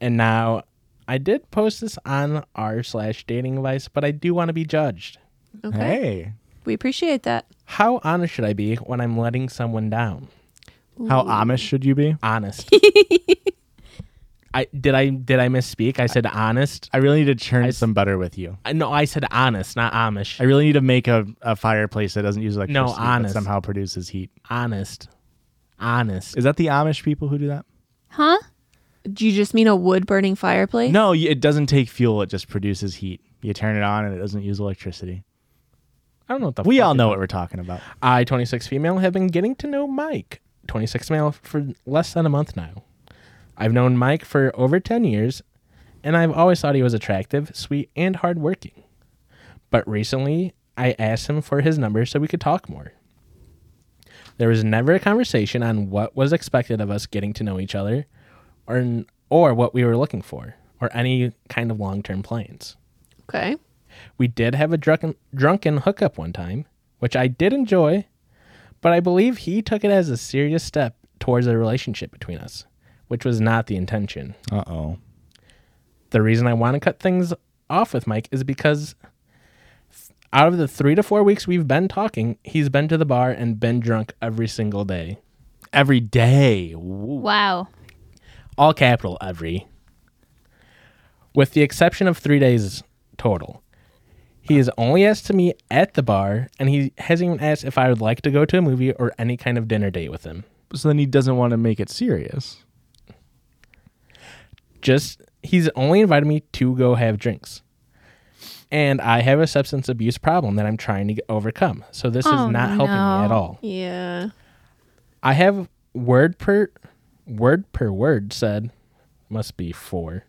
Speaker 3: And now, I did post this on r slash dating advice, but I do want to be judged.
Speaker 2: Okay.
Speaker 1: Hey.
Speaker 2: We appreciate that.
Speaker 3: How honest should I be when I'm letting someone down?
Speaker 1: How Amish should you be?
Speaker 3: Honest. I did I did I misspeak? I said honest.
Speaker 1: I really need to churn
Speaker 3: s-
Speaker 1: some butter with you.
Speaker 3: I- No, I said honest, not Amish.
Speaker 1: I really need to make a, a fireplace that doesn't use electricity but
Speaker 3: honest.
Speaker 1: somehow produces heat.
Speaker 3: honest. Honest.
Speaker 1: Is that the Amish people who do that?
Speaker 4: Huh?
Speaker 2: Do you just mean a wood burning fireplace?
Speaker 1: No, y- it doesn't take fuel. It just produces heat. You turn it on and it doesn't use electricity.
Speaker 3: I don't know what the
Speaker 1: We
Speaker 3: fuck
Speaker 1: all
Speaker 3: it-
Speaker 1: know what we're talking about.
Speaker 3: I, 26 female, have been getting to know Mike, 26 male, for less than a month now. I've known Mike for over 10 years, and I've always thought he was attractive, sweet, and hardworking. But recently, I asked him for his number so we could talk more. There was never a conversation on what was expected of us getting to know each other, or, or what we were looking for, or any kind of long term plans.
Speaker 2: Okay.
Speaker 3: We did have a drunken, drunken hookup one time, which I did enjoy, but I believe he took it as a serious step towards a relationship between us, which was not the intention.
Speaker 1: Uh oh.
Speaker 3: The reason I want to cut things off with Mike is because out of the three to four weeks we've been talking, he's been to the bar and been drunk every single day.
Speaker 1: Every day. Woo.
Speaker 4: Wow.
Speaker 3: all capital every with the exception of three days total he has only asked to meet at the bar and he hasn't even asked if i would like to go to a movie or any kind of dinner date with him
Speaker 1: So then he doesn't want to make it serious.
Speaker 3: just he's only invited me to go have drinks and i have a substance abuse problem that i'm trying to get- overcome so this
Speaker 4: Oh,
Speaker 3: is not helping
Speaker 4: no.
Speaker 3: me at all
Speaker 2: Yeah.
Speaker 3: I have word per word per word said must be four.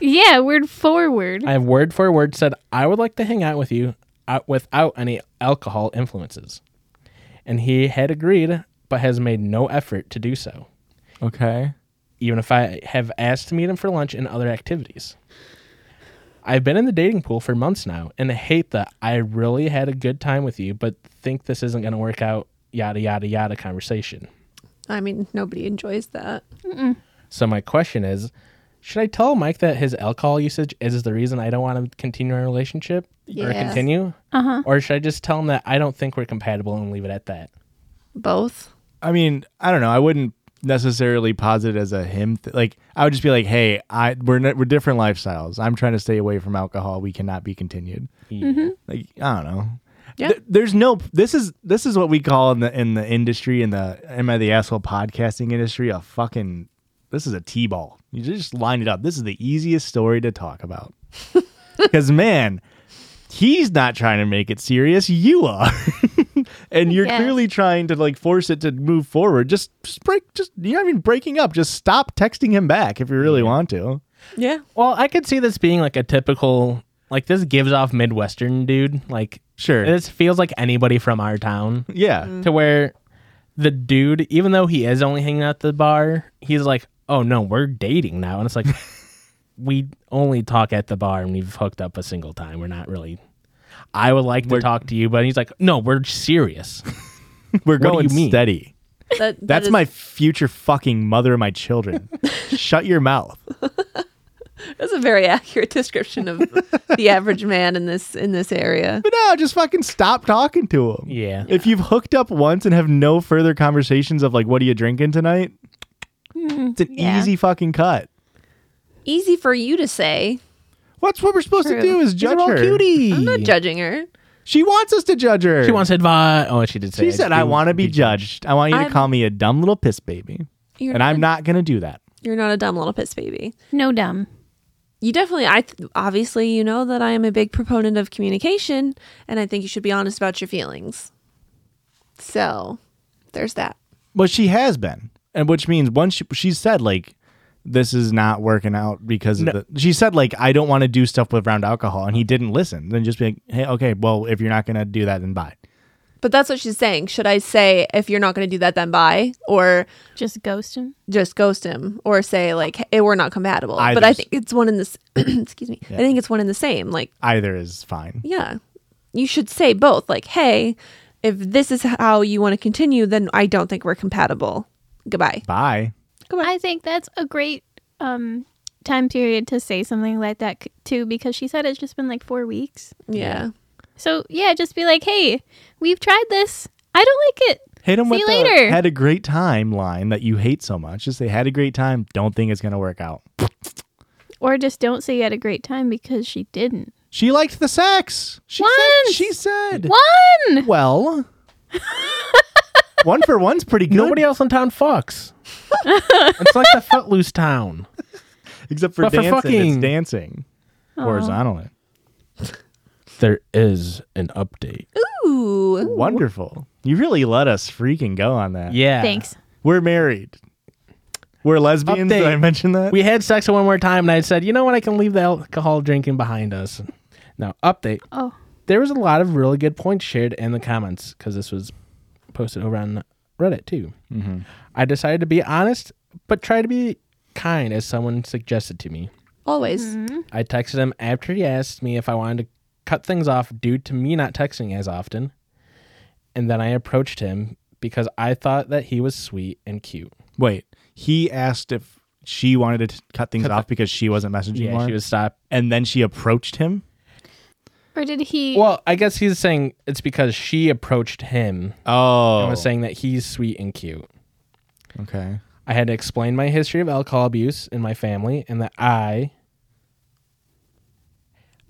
Speaker 4: Yeah, word forward.
Speaker 3: I have word for word said I would like to hang out with you uh, without any alcohol influences, and he had agreed, but has made no effort to do so,
Speaker 1: Okay.
Speaker 3: even if I have asked to meet him for lunch and other activities. I've been in the dating pool for months now, and I hate that I really had a good time with you, but think this isn't going to work out. Yada yada yada conversation.
Speaker 2: I mean, nobody enjoys that.
Speaker 3: So my question is, should I tell Mike that his alcohol usage is the reason I don't want to continue our relationship or
Speaker 2: Yes.
Speaker 3: continue? Or should I just tell him that I don't think we're compatible and leave it at that?
Speaker 2: Both.
Speaker 1: I mean, I don't know. I wouldn't necessarily posit it as a him. Th- like, I would just be like, "Hey, I we're n- we're different lifestyles. I'm trying to stay away from alcohol. We cannot be continued." Like, I don't know.
Speaker 2: Yeah.
Speaker 1: Th- there's no. This is this is what we call in the in the industry in the am I the asshole podcasting industry a fucking. This is a t-ball. You just line it up. This is the easiest story to talk about. Because man, he's not trying to make it serious. You are. *laughs* and you're
Speaker 4: guess.
Speaker 1: clearly trying to like force it to move forward. Just, just break just you're not even breaking up. Just stop texting him back if you really want to.
Speaker 2: Yeah.
Speaker 3: Well, I could see this being like a typical like this gives off Midwestern dude. Like
Speaker 1: Sure.
Speaker 3: this feels like anybody from our town.
Speaker 1: yeah.
Speaker 3: To where the dude, even though he is only hanging out at the bar, he's like, Oh no, we're dating now. And
Speaker 1: *laughs*
Speaker 3: it's like we only talk at the bar and we've hooked up a single time. We're not really I would like to talk to you, but he's like, no, we're serious.
Speaker 1: We're
Speaker 3: do
Speaker 1: going
Speaker 3: you mean?
Speaker 1: steady.
Speaker 2: That, that
Speaker 1: That's
Speaker 2: is-
Speaker 1: my future fucking mother of my children. Shut your mouth.
Speaker 2: That's a very *laughs* accurate description of the average man in this in this area.
Speaker 1: But no, just fucking stop talking to him.
Speaker 3: Yeah.
Speaker 1: If you've hooked up once and have no further conversations of like, what are you drinking tonight? It's an
Speaker 4: yeah.
Speaker 1: easy fucking cut.
Speaker 2: Easy for you to say.
Speaker 1: What's what *laughs* we're supposed
Speaker 2: True.
Speaker 1: to do is
Speaker 3: These
Speaker 1: judge
Speaker 3: are all
Speaker 1: her.
Speaker 3: cutie.
Speaker 2: I'm not judging her.
Speaker 1: She wants us to judge her.
Speaker 3: She wants advice. Oh, she did say.
Speaker 1: She said, "I want to be judged. I want you to
Speaker 2: I'm-
Speaker 1: call me a dumb little piss baby,"
Speaker 2: You're
Speaker 1: and I'm not gonna do that.
Speaker 2: You're not a dumb little piss baby.
Speaker 4: No dumb.
Speaker 2: You definitely, I th- obviously, you know that I am a big proponent of communication, and I think you should be honest about your feelings. So, there's that.
Speaker 1: But she has been, and which means once she, she said like, "This is not working out because of the," she said like, "I don't want to do stuff with round alcohol," and he didn't listen. Then just be like, "Hey, okay, well, if you're not gonna do that, then bye."
Speaker 2: But that's what she's saying. Should I say if you're not going to do that, then bye, or
Speaker 4: Just ghost him.
Speaker 2: just ghost him, or say like hey, we're not compatible?
Speaker 1: Either
Speaker 2: But I
Speaker 1: is-
Speaker 2: think it's one in this. *clears throat* excuse me. I think it's one in the same. Like
Speaker 1: Either is fine.
Speaker 2: yeah you should say both like hey if this is how you want to continue then i don't think we're compatible goodbye
Speaker 1: Bye.
Speaker 4: I think that's a great um, time period to say something like that c- too, because she said it's just been like four weeks.
Speaker 2: yeah
Speaker 4: So yeah, just be like, hey, we've tried this. I don't like it.
Speaker 1: Hit him
Speaker 4: See
Speaker 1: with
Speaker 4: you
Speaker 1: the
Speaker 4: later.
Speaker 1: "had a great time" line that you hate so much. Just say "had a great time." Don't think it's gonna work out.
Speaker 4: Or just don't say you had a great time because she didn't.
Speaker 1: She liked the sex. She said.
Speaker 4: Once.
Speaker 1: She said.
Speaker 4: One. *laughs*
Speaker 1: Well, one for one's pretty good.
Speaker 3: Nobody else in town fucks. it's like the footloose town.
Speaker 1: except for
Speaker 3: But for
Speaker 1: dancing. It's
Speaker 3: fucking-
Speaker 1: dancing horizontally.
Speaker 3: There is an update.
Speaker 2: ooh
Speaker 1: Wonderful. You really let us freaking go on that.
Speaker 3: Yeah.
Speaker 4: Thanks.
Speaker 1: We're married. We're lesbians. Did
Speaker 3: Update.
Speaker 1: I mention that?
Speaker 3: We had sex one more time, and I said, you know what? I can leave the alcohol drinking behind us. Now, update.
Speaker 4: Oh,
Speaker 3: There was a lot of really good points shared in the comments because this was posted over on Reddit too. Mm-hmm. I decided to be honest, but try to be kind, as someone suggested to me.
Speaker 2: always
Speaker 3: I texted him after he asked me if I wanted to cut things off due to me not texting as often. And then I approached him because I thought that he was sweet and cute.
Speaker 1: Wait. He asked if she wanted to t- cut things off because she wasn't messaging
Speaker 3: Yeah,
Speaker 1: more,
Speaker 3: she was stopped.
Speaker 1: and then she approached him.
Speaker 4: or did he?
Speaker 3: Well, I guess he's saying it's because she approached him
Speaker 1: Oh,
Speaker 3: and was saying that he's sweet and cute.
Speaker 1: okay.
Speaker 3: I had to explain my history of alcohol abuse in my family and that I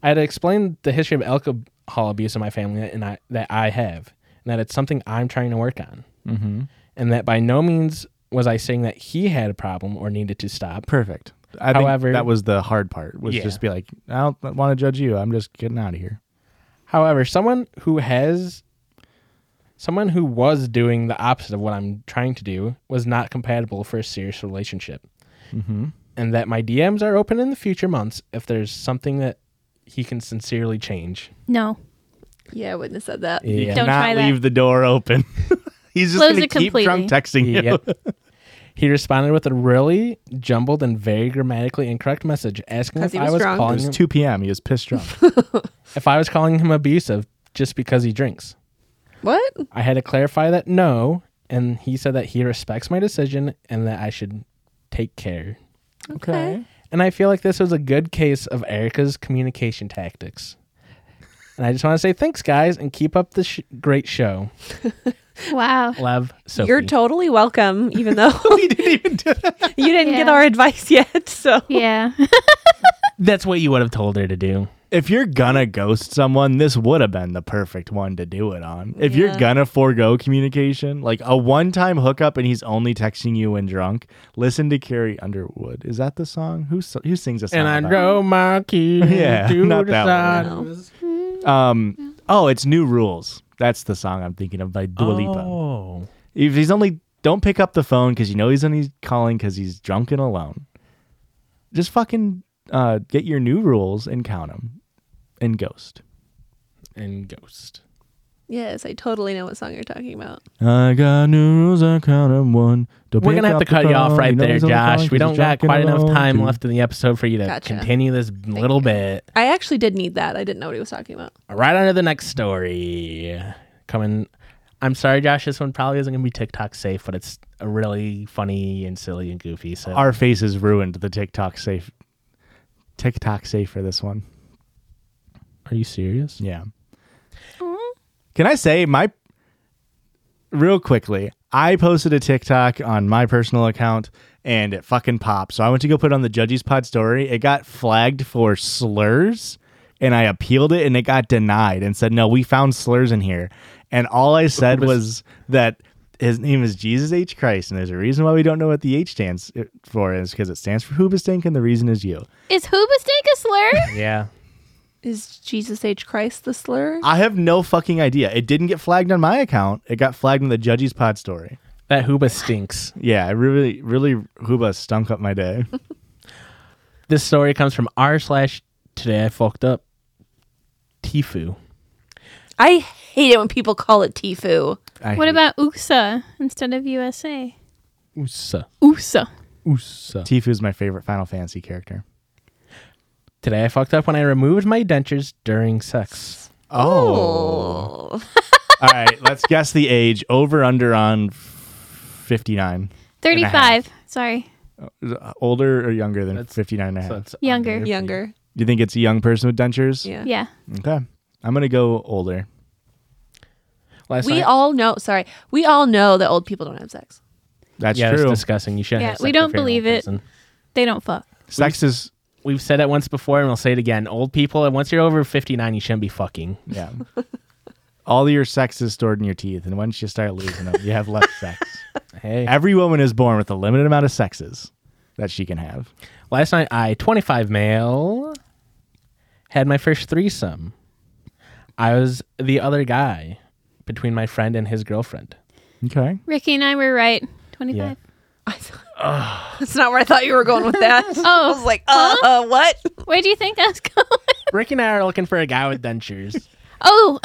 Speaker 3: I had to explain the history of alcohol abuse in my family and I, that I have and that it's something I'm trying to work on. Mm-hmm. And that by no means was I saying that he had a problem or needed to stop.
Speaker 1: Perfect. I think
Speaker 3: However-
Speaker 1: that was the hard part. Was
Speaker 3: Yeah.
Speaker 1: just be like, I don't want to judge you. I'm just getting out of here.
Speaker 3: However, someone who has someone who was doing the opposite of what I'm trying to do was not compatible for a serious relationship. And that my DMs are open in the future months if there's something that he can sincerely change.
Speaker 4: no.
Speaker 2: yeah i wouldn't have said that
Speaker 1: You
Speaker 3: Yeah.
Speaker 4: Don't
Speaker 1: cannot
Speaker 4: try that.
Speaker 1: leave the door open. *laughs* He's just
Speaker 4: Close
Speaker 1: going to
Speaker 4: it
Speaker 1: keep drunk
Speaker 4: completely.
Speaker 1: texting you. *laughs*
Speaker 3: Yep. he responded with a really jumbled and very grammatically incorrect message asking
Speaker 2: 'Cause he
Speaker 3: if I
Speaker 2: was
Speaker 3: was
Speaker 2: drunk.
Speaker 1: It
Speaker 3: calling
Speaker 1: was
Speaker 3: him,
Speaker 1: 2 p.m. He was pissed drunk.
Speaker 3: if I was calling him abusive just because he drinks.
Speaker 2: what
Speaker 3: I had to clarify that no, and he said that he respects my decision and that I should take care.
Speaker 2: Okay.
Speaker 3: And I feel like this was a good case of Erica's communication tactics. And I just want to say thanks, guys, and keep up the sh- great show.
Speaker 4: Wow.
Speaker 3: Love, Sophie.
Speaker 2: you're totally welcome even though
Speaker 1: *laughs* we didn't even do that.
Speaker 2: *laughs* you didn't get
Speaker 4: Yeah.
Speaker 2: our advice *laughs* yet so
Speaker 4: Yeah. *laughs*
Speaker 3: That's what you would have told her to do.
Speaker 1: If you're gonna ghost someone, this would have been the perfect one to do it on. If you're gonna forego communication, like a one-time hookup and he's only texting you when drunk, listen to Carrie Underwood. Is that the song? Who s- who sings a song?
Speaker 3: And I
Speaker 1: about-
Speaker 3: drove my key *laughs*
Speaker 1: Yeah,
Speaker 3: to
Speaker 1: not
Speaker 3: the
Speaker 1: that
Speaker 3: side.
Speaker 1: um oh, it's New Rules. That's the song I'm thinking of by Dua Lipa.
Speaker 3: Oh.
Speaker 1: If he's only don't pick up the phone because you know he's only calling because he's drunk and alone. Just fucking uh, get your new rules and count them, and ghost.
Speaker 3: And Ghost.
Speaker 2: Yes, I totally know what song you're talking about.
Speaker 5: I got new rules. I count them one. Don't
Speaker 3: We're
Speaker 5: pick
Speaker 3: gonna have
Speaker 5: up
Speaker 3: to
Speaker 5: the
Speaker 3: cut you off
Speaker 5: phone.
Speaker 3: right
Speaker 5: know
Speaker 3: there,
Speaker 5: he's on the phone
Speaker 3: Josh. We
Speaker 5: 'cause
Speaker 3: don't
Speaker 5: he's
Speaker 3: got
Speaker 5: talking
Speaker 3: quite enough
Speaker 5: alone,
Speaker 3: time
Speaker 5: too.
Speaker 3: left in the episode for you to
Speaker 2: Gotcha.
Speaker 3: continue this little bit.
Speaker 2: I actually did need that. I didn't know what he was talking about.
Speaker 3: Right on to the next story. Coming. I'm sorry, Josh. This one probably isn't gonna be TikTok safe, but it's a really funny and silly and goofy. So
Speaker 1: Our faces ruined the TikTok safe. TikTok safe for this one.
Speaker 3: are you serious?
Speaker 1: Yeah. Can I say my real quickly? I posted a TikTok on my personal account and it fucking popped. So I went to go put it on the Judges Pod story. It got flagged for slurs and I appealed it and it got denied and said, no, we found slurs in here. And all I said was that his name is Jesus H. Christ and there's a reason why we don't know what the H stands for is because it stands for Hoobastank and the reason is you.
Speaker 4: Is hoobastank
Speaker 3: *laughs*
Speaker 4: a slur?
Speaker 1: Yeah.
Speaker 2: Is Jesus H. Christ the slur?
Speaker 1: I have no fucking idea. It didn't get flagged on my account. It got flagged in the judge's pod story.
Speaker 3: That Hooba stinks.
Speaker 1: Yeah, I really, really, Huba stunk up my
Speaker 4: *laughs*
Speaker 1: day.
Speaker 3: This story comes from r slash today I fucked up. Tifu.
Speaker 2: I hate it when people call it Tifu.
Speaker 1: I
Speaker 4: What
Speaker 1: hate
Speaker 4: about USA instead of USA?
Speaker 3: Usa.
Speaker 4: USA.
Speaker 3: Usa.
Speaker 1: Tifu's my favorite Final Fantasy character.
Speaker 3: Today I fucked up when I removed my dentures during sex.
Speaker 1: Oh. All right, let's guess the age. Over under on fifty nine.
Speaker 4: 35. Sorry.
Speaker 1: Uh, Older or younger than
Speaker 3: That's-
Speaker 1: fifty nine and a half.
Speaker 3: it's
Speaker 4: Younger.
Speaker 3: under-
Speaker 2: Younger.
Speaker 1: Do you think it's a young person with dentures?
Speaker 2: Yeah.
Speaker 4: Yeah.
Speaker 1: Okay, I'm gonna go older.
Speaker 3: Last
Speaker 2: We
Speaker 3: night-
Speaker 2: all know, sorry, we all know that old people don't have sex.
Speaker 1: That's
Speaker 3: yeah,
Speaker 1: true.
Speaker 3: it's disgusting. You shouldn't.
Speaker 4: Yeah,
Speaker 3: have sex
Speaker 4: we
Speaker 3: with
Speaker 4: don't
Speaker 3: your own
Speaker 4: believe it.
Speaker 3: person.
Speaker 4: They don't fuck.
Speaker 1: Sex is
Speaker 3: We've said it once before, and we'll say it again. Old people, and once you're over 59, you shouldn't be fucking.
Speaker 4: *laughs*
Speaker 1: yeah. All your sex is stored in your teeth, and once you start losing them, you have less
Speaker 4: *laughs*
Speaker 1: sex.
Speaker 3: Hey.
Speaker 1: Every woman is born with a limited amount of sexes that she can have.
Speaker 3: Last night, I, 25 male, had my first threesome. I was the other guy between my friend and his girlfriend.
Speaker 1: Okay.
Speaker 4: Ricky and I were right. 25.
Speaker 3: Yeah.
Speaker 2: That's not where I thought you were going with that. *laughs* I was
Speaker 4: Oh,
Speaker 2: like, uh, uh what?
Speaker 4: where do you think I was *laughs* going?
Speaker 3: Rick and I are looking for a guy with dentures.
Speaker 4: Oh,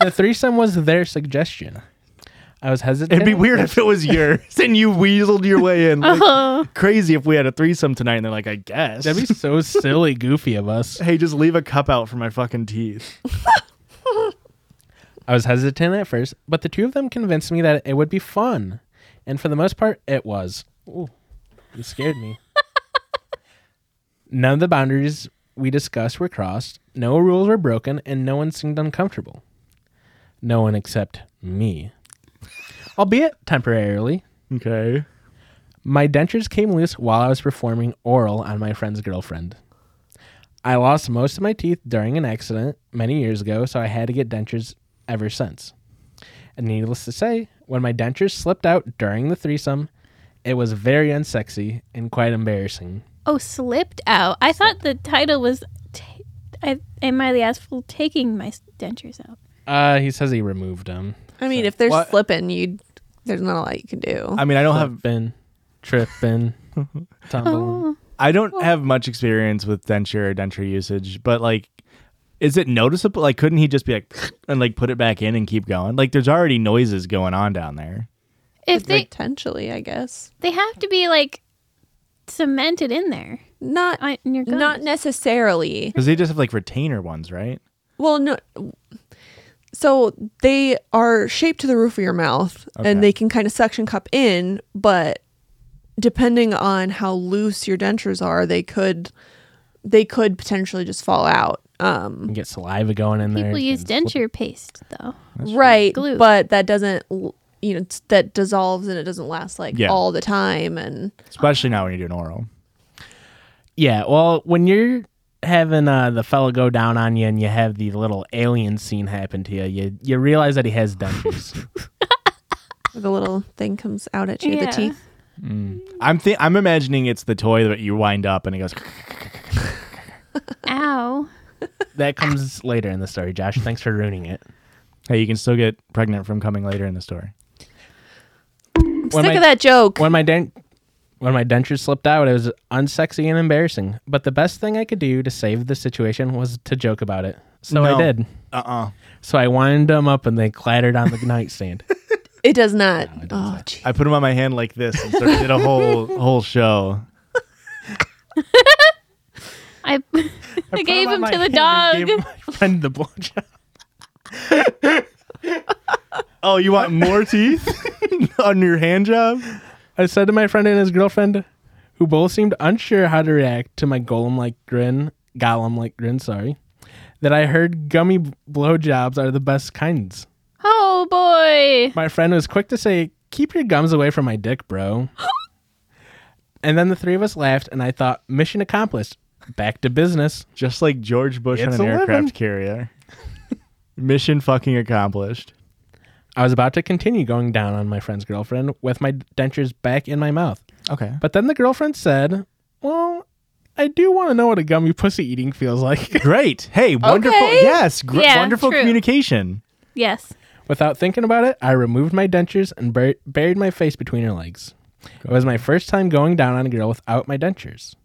Speaker 3: the threesome was their suggestion. I was hesitant.
Speaker 1: It'd be weird if it was yours and you weaseled your way in. Like, Crazy if we had a threesome tonight and they're like, I guess.
Speaker 3: That'd be so silly, goofy of us.
Speaker 1: hey, just leave a cup out for my fucking teeth.
Speaker 3: I was hesitant at first, but the two of them convinced me that it would be fun. And for the most part, it was. Ooh, you scared me. None of the boundaries we discussed were crossed, no rules were broken, and no one seemed uncomfortable. No one except me. Albeit temporarily,
Speaker 1: Okay.
Speaker 3: my dentures came loose while I was performing oral on my friend's girlfriend. I lost most of my teeth during an accident many years ago, so I had to get dentures ever since. And needless to say, when my dentures slipped out during the threesome, it was very unsexy and quite embarrassing.
Speaker 4: oh, slipped out. I thought the title was ta- I, Am I the Asshole Taking My Dentures Out?
Speaker 3: Uh, he says he removed them.
Speaker 2: I mean, if they're
Speaker 1: What?
Speaker 2: slipping, you there's not a lot you can do.
Speaker 1: I mean, I don't have
Speaker 3: Flipping, tripping, tumbling.
Speaker 1: I don't have much experience with denture or denture usage, but like is it noticeable? Like couldn't he just be like *sniffs* and like put it back in and keep going? Like there's already noises going on down there.
Speaker 4: If they,
Speaker 2: Potentially, I guess.
Speaker 4: they have to be like cemented in there.
Speaker 2: Not
Speaker 4: on- In your gums.
Speaker 2: not necessarily.
Speaker 1: Cuz they just have like retainer ones, right?
Speaker 2: Well, no. So they are shaped to the roof of your mouth,
Speaker 1: Okay.
Speaker 2: and they can kind of suction cup in, but depending on how loose your dentures are, they could they could potentially just fall out. Um,
Speaker 3: You get saliva going in there.
Speaker 4: People use
Speaker 3: It's-
Speaker 4: denture paste, though.
Speaker 2: right,
Speaker 4: Glue.
Speaker 2: but that doesn't l- you know it's- that dissolves and it doesn't last like
Speaker 1: Yeah.
Speaker 2: all the time. And
Speaker 1: Especially now when you're doing oral.
Speaker 3: Yeah, well, when you're having uh, the fellow go down on you and you have the little alien scene happen to you, you, you realize that he has
Speaker 2: *laughs*
Speaker 3: dentures.
Speaker 2: the little thing comes out at you,
Speaker 4: Yeah.
Speaker 2: the teeth.
Speaker 1: I'm thi- I'm imagining it's the toy that you wind up and it goes. *laughs*
Speaker 4: Ow.
Speaker 3: that comes later in the story, Josh. Thanks for ruining it.
Speaker 1: Hey, you can still get pregnant from coming later in the story.
Speaker 2: I'm
Speaker 3: When
Speaker 2: sick
Speaker 3: my-
Speaker 2: of that joke.
Speaker 3: When my dent when my dentures slipped out, it was unsexy and embarrassing. But the best thing I could do to save the situation was to joke about it. So
Speaker 1: No.
Speaker 3: I did.
Speaker 1: Uh uh
Speaker 3: So I wind them up and they
Speaker 2: *laughs*
Speaker 3: clattered on the nightstand.
Speaker 2: It does not. oh, gee.
Speaker 1: I put them on my hand like this and sort of did a whole whole show.
Speaker 4: I, *laughs* I gave
Speaker 3: put 'em
Speaker 4: him
Speaker 3: on
Speaker 4: to
Speaker 3: my
Speaker 4: the
Speaker 3: hand and
Speaker 4: dog.
Speaker 3: gave my friend the blowjob.
Speaker 1: Oh, you want more teeth *laughs* on your hand job?
Speaker 3: I said to my friend and his girlfriend, who both seemed unsure how to react to my golem like grin, golem like grin, sorry, that I heard gummy b- blowjobs are the best kinds.
Speaker 4: *laughs* Oh boy.
Speaker 3: My friend was quick to say, Keep your gums away from my dick, bro. and then the three of us laughed, and I thought, Mission accomplished. Back to business.
Speaker 1: Just like George Bush
Speaker 3: It's
Speaker 1: on an
Speaker 3: 11.
Speaker 1: aircraft carrier. Mission fucking accomplished.
Speaker 3: I was about to continue going down on my friend's girlfriend with my dentures back in my mouth.
Speaker 1: Okay.
Speaker 3: But then the girlfriend said, Well, I do want to know what a gummy pussy eating feels like.
Speaker 1: Great. Hey, wonderful.
Speaker 2: Okay.
Speaker 1: Yes, gr-
Speaker 4: Yeah,
Speaker 1: wonderful
Speaker 4: true.
Speaker 1: communication.
Speaker 4: Yes.
Speaker 3: Without thinking about it, I removed my dentures and bur- buried my face between her legs. It was my first time going down on a girl without my dentures.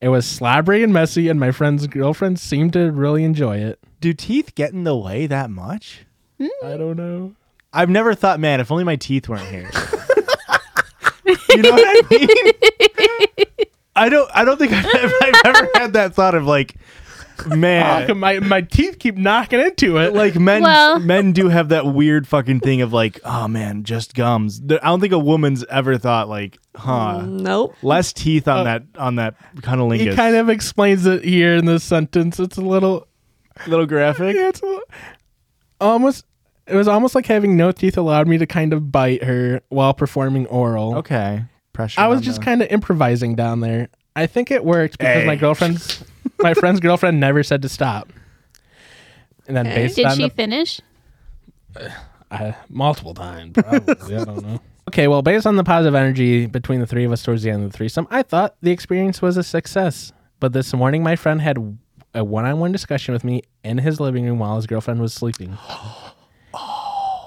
Speaker 3: It was slobbery and messy, and my friend's girlfriend seemed to really enjoy it.
Speaker 1: Do teeth get in the way that much?
Speaker 3: I don't know.
Speaker 1: I've never thought, man, if only my teeth weren't here. you know what I mean? I don't. I don't think I've, I've ever had that thought of like,
Speaker 3: How
Speaker 1: man,
Speaker 3: come my, my teeth keep knocking into it?
Speaker 1: like men.
Speaker 4: Well-
Speaker 1: Men do have that weird fucking thing of like, oh man, just gums. There- I don't think a woman's ever thought like, huh,
Speaker 2: nope.
Speaker 1: less teeth on that on that
Speaker 3: Oh. he
Speaker 1: cunnilingus.
Speaker 3: kind of explains it here in this sentence. It's a little
Speaker 1: little graphic.
Speaker 3: Yeah, it's a- almost. It was almost like having no teeth allowed me to kind of bite her while performing oral.
Speaker 1: Okay, pressure.
Speaker 3: I was
Speaker 1: on
Speaker 3: just
Speaker 1: the-
Speaker 3: kind of improvising down there. I think it worked because my
Speaker 1: Hey.
Speaker 3: girlfriend's, my
Speaker 1: *laughs*
Speaker 3: friend's girlfriend never said to stop. And then based
Speaker 4: Did
Speaker 3: on
Speaker 4: she
Speaker 3: the
Speaker 4: finish?
Speaker 3: I- uh, multiple times, probably. I don't know. *laughs* Okay, well, based on the positive energy between the three of us towards the end of the threesome, I thought the experience was a success. But this morning, my friend had a one-on-one discussion with me in his living room while his girlfriend was *gasps* sleeping.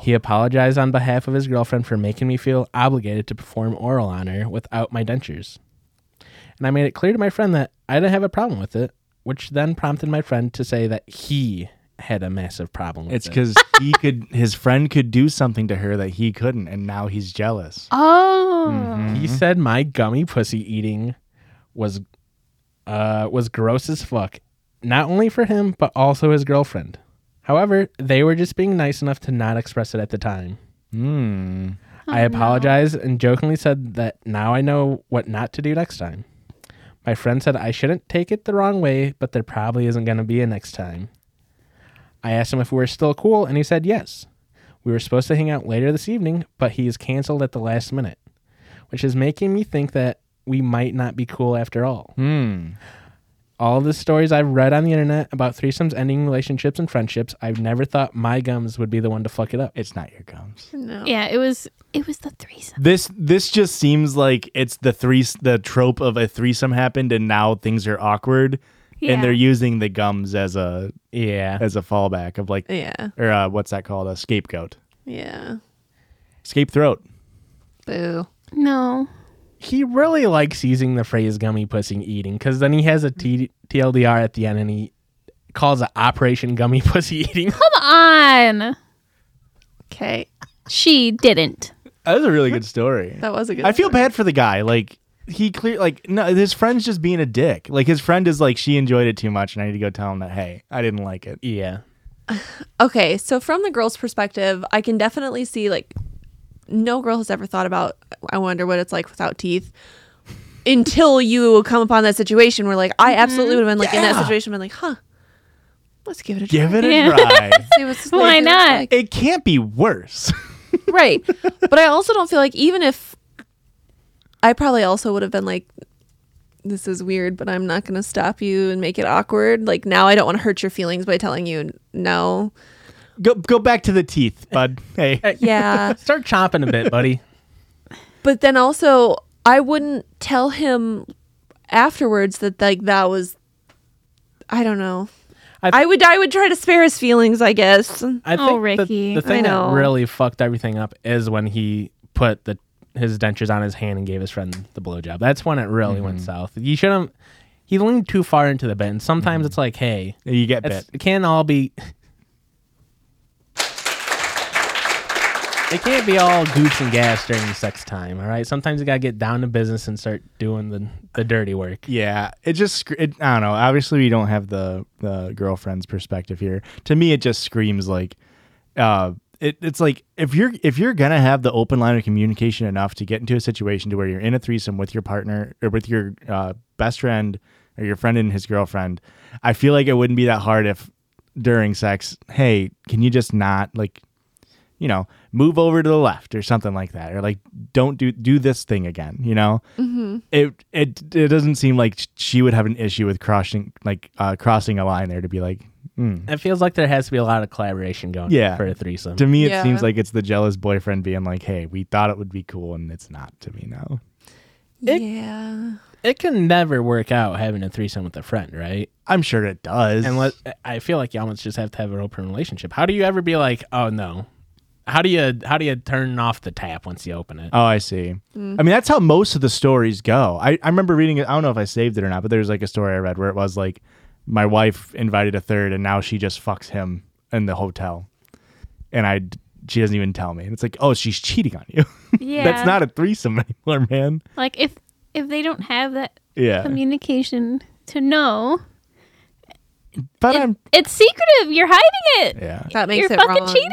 Speaker 3: He apologized on behalf of his girlfriend for making me feel obligated to perform oral on her without my dentures. And I made it clear to my friend that I didn't have a problem with it, which then prompted my friend to say that he had a massive problem with
Speaker 1: It's
Speaker 3: it.
Speaker 1: because he could, his friend could do something to her that he couldn't, and now he's jealous.
Speaker 4: Oh.
Speaker 3: He said my gummy pussy eating was uh was gross as fuck. Not only for him, but also his girlfriend. However, they were just being nice enough to not express it at the time. I apologized and jokingly said that now I know what not to do next time. My friend said I shouldn't take it the wrong way, but there probably isn't going to be a next time. I asked him if we were still cool, and he said yes. We were supposed to hang out later this evening, but he is canceled at the last minute which is making me think that we might not be cool after all. All the stories I've read on the internet about threesomes ending relationships and friendships, I've never thought my gums would be the one to fuck it up.
Speaker 1: It's not your gums.
Speaker 2: No.
Speaker 4: Yeah, it was it was the threesome.
Speaker 1: This this just seems like it's the three the trope of a threesome happened, and now things are awkward,
Speaker 4: Yeah.
Speaker 1: and they're using the gums as a
Speaker 3: Yeah.
Speaker 1: as a fallback of like
Speaker 2: Yeah.
Speaker 1: or uh, what's that called a scapegoat,
Speaker 2: Yeah.
Speaker 1: scape throat.
Speaker 2: Boo.
Speaker 4: No.
Speaker 3: He really likes using the phrase gummy pussy eating because then he has a T- TLDR at the end and he calls it Operation Gummy *laughs* Pussy Eating.
Speaker 4: Come on.
Speaker 2: Okay.
Speaker 4: She didn't.
Speaker 1: That was a really good story.
Speaker 2: That was a good.
Speaker 1: I feel bad for the guy. Like he clear like no, his friend's just being a dick. Like his friend is like she enjoyed it too much, and I need to go tell him that hey, I didn't like it.
Speaker 3: yeah.
Speaker 2: Okay, so from the girl's perspective, I can definitely see like no girl has ever thought about I wonder what it's like without teeth until you come upon that situation where like I absolutely would have been like in that situation been like, "Huh. Let's give it a try.
Speaker 1: Give it a
Speaker 3: *laughs*
Speaker 4: Yeah.
Speaker 1: try.
Speaker 2: See what's like,
Speaker 4: Why
Speaker 2: see what
Speaker 4: not?
Speaker 2: it's
Speaker 1: it can't be worse. *laughs*
Speaker 2: like." Right. But I also don't feel like even if I probably also would have been like this is weird, but I'm not going to stop you and make it awkward. Like now I don't want to hurt your feelings by telling you no.
Speaker 1: go go back to the teeth, bud. Hey.
Speaker 3: *laughs*
Speaker 2: Yeah.
Speaker 3: Start chomping a bit, buddy.
Speaker 2: but then also i wouldn't tell him afterwards that like that was i don't know
Speaker 3: I
Speaker 2: i,
Speaker 3: th-
Speaker 2: would i would try to spare his feelings i guess
Speaker 3: I think
Speaker 4: Oh,
Speaker 3: the-
Speaker 4: Ricky,
Speaker 3: The, thing
Speaker 2: I know.
Speaker 3: that really fucked everything up is when he put the his dentures on his hand and gave his friend the blowjob. That's when it really went south. You shouldn't. he leaned too far into the bit. And sometimes it's like, hey,
Speaker 1: You get
Speaker 3: it's-
Speaker 1: bit.
Speaker 3: it can't all be. *laughs* It can't be all goops and gas during the sex time, all right? Sometimes you gotta get down to business and start doing the, the dirty work.
Speaker 1: Yeah, it just sc- it, I don't know. Obviously, we don't have the the girlfriend's perspective here. To me, it just screams like uh it, it's like if you're if you're gonna have the open line of communication enough to get into a situation to where you're in a threesome with your partner or with your uh, best friend or your friend and his girlfriend, I feel like it wouldn't be that hard if during sex, hey, can you just not like you know, move over to the left or something like that, or like don't do do this thing again. You know, mm-hmm. it it it doesn't seem like she would have an issue with crossing like uh, crossing a line there to be like. Mm.
Speaker 3: It feels like there has to be a lot of collaboration going
Speaker 1: Yeah.
Speaker 3: for a threesome.
Speaker 1: To me, it
Speaker 2: Yeah.
Speaker 1: seems like it's the jealous boyfriend being like, "Hey, we thought it would be cool, and it's not to me now."
Speaker 3: It-
Speaker 2: yeah.
Speaker 3: it can never work out having a threesome with a friend, right?
Speaker 1: I'm sure it does.
Speaker 3: Unless I feel like you almost just have to have an open relationship. How do you ever be like, oh no? How do you how do you turn off the tap once you open it?
Speaker 1: Oh, I see. I mean, that's how most of the stories go. I, I remember reading it. I don't know if I saved it or not, but there's like a story I read where it was like my wife invited a third and now she just fucks him in the hotel. And I, d- she doesn't even tell me. And it's like, oh, she's cheating on you. *laughs*
Speaker 4: Yeah.
Speaker 1: that's not a threesome *laughs* anymore, man.
Speaker 4: like if if they don't have that
Speaker 1: Yeah.
Speaker 4: communication to know,
Speaker 1: but
Speaker 4: it-
Speaker 1: I'm,
Speaker 4: it's secretive. You're hiding it.
Speaker 1: yeah.
Speaker 2: That makes
Speaker 4: You're
Speaker 2: it
Speaker 4: fucking
Speaker 2: wrong.
Speaker 4: cheating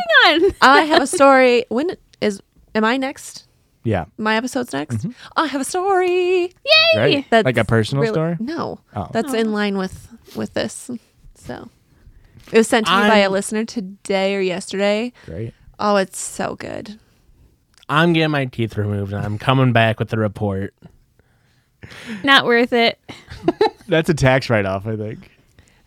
Speaker 4: on. *laughs*
Speaker 2: I have a story. When is am I next?
Speaker 1: Yeah.
Speaker 2: My episode's next. I have a story.
Speaker 1: Right?
Speaker 2: That's
Speaker 1: Mm-hmm. Like a personal
Speaker 2: really-
Speaker 1: story?
Speaker 2: No,
Speaker 1: Oh.
Speaker 2: that's in line with with this. So it was sent to me by a
Speaker 3: I'm-
Speaker 2: listener today or yesterday.
Speaker 1: Great.
Speaker 2: Oh, it's so good.
Speaker 3: I'm getting my teeth removed and I'm coming back with the report.
Speaker 4: Not worth it.
Speaker 1: That's a tax write off, I think.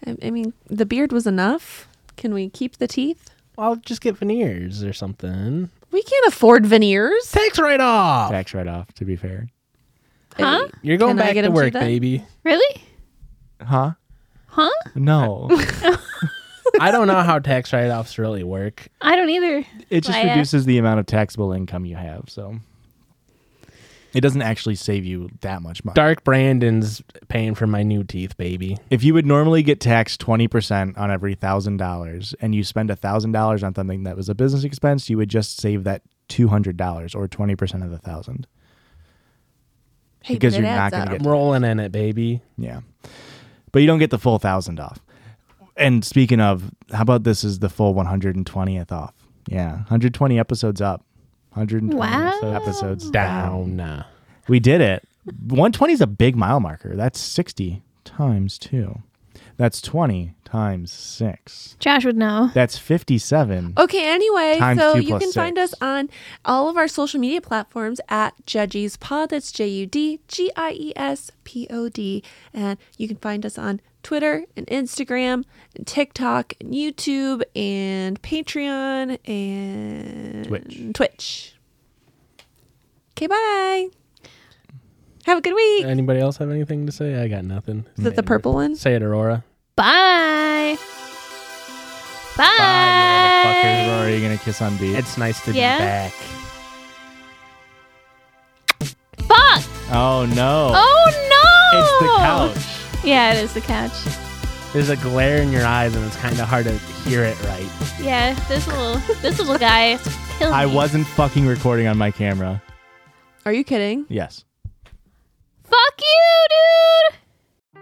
Speaker 2: I, I mean, the beard was enough. Can we keep the teeth?
Speaker 3: I'll just get veneers or something.
Speaker 2: We can't afford veneers.
Speaker 3: Tax right off.
Speaker 1: Tax write off, to be fair.
Speaker 4: Huh?
Speaker 3: You're going
Speaker 2: Can I
Speaker 3: back
Speaker 2: get
Speaker 3: to
Speaker 2: him to
Speaker 3: work,
Speaker 2: that? *laughs*
Speaker 3: baby.
Speaker 4: Really?
Speaker 1: Huh?
Speaker 4: Huh?
Speaker 1: No.
Speaker 3: I don't know how tax write offs really work.
Speaker 4: I don't either.
Speaker 1: It just
Speaker 4: Why, uh,
Speaker 1: reduces the amount of taxable income you have, so it doesn't actually save you that much money.
Speaker 3: Dark Brandon's paying for my new teeth, baby.
Speaker 1: If you would normally get taxed twenty percent on every thousand dollars, and you spend thousand dollars on something that was a business expense, you would just save that two hundred dollars or twenty percent of the thousand.
Speaker 2: Hey,
Speaker 1: Because
Speaker 2: but it
Speaker 1: you're not
Speaker 2: adds
Speaker 1: gonna
Speaker 2: up.
Speaker 1: get-
Speaker 3: I'm rolling in it, baby.
Speaker 1: Yeah, but you don't get the full thousand off. And speaking of, how about this is the full one hundred and twentieth off? Yeah, one hundred twenty episodes up. 120
Speaker 4: Wow.
Speaker 1: episodes down.
Speaker 3: Down. uh,
Speaker 1: We did it. 120 is a big mile marker. That's 60 times 2. That's 20 times 6.
Speaker 4: Josh would know.
Speaker 1: That's 57.
Speaker 2: Okay, anyway,
Speaker 1: Times
Speaker 2: so
Speaker 1: two
Speaker 2: you
Speaker 1: plus
Speaker 2: can find
Speaker 1: six.
Speaker 2: us on all of our social media platforms at Judges Pod. That's J U D G I E S P O D. And you can find us on Twitter and Instagram and TikTok and YouTube and Patreon and
Speaker 1: Twitch.
Speaker 2: Twitch. Okay, bye. Have a good week.
Speaker 3: Anybody else have anything to say? I got nothing.
Speaker 2: Is that the purple one?
Speaker 3: Say it, Aurora.
Speaker 4: Bye. Bye.
Speaker 1: Fuckers, Rory, you going to kiss on beat?
Speaker 3: It's nice to
Speaker 4: Yeah?
Speaker 3: be back.
Speaker 4: Fuck.
Speaker 1: oh, no.
Speaker 4: Oh no.
Speaker 1: It's the couch.
Speaker 4: Yeah, it is the couch.
Speaker 3: There's a glare in your eyes, and it's kind of hard to hear it right.
Speaker 4: Yeah, this little this little guy is killing
Speaker 1: I
Speaker 4: me.
Speaker 1: wasn't fucking recording on my camera.
Speaker 2: Are you kidding?
Speaker 1: Yes.
Speaker 4: Fuck you, dude.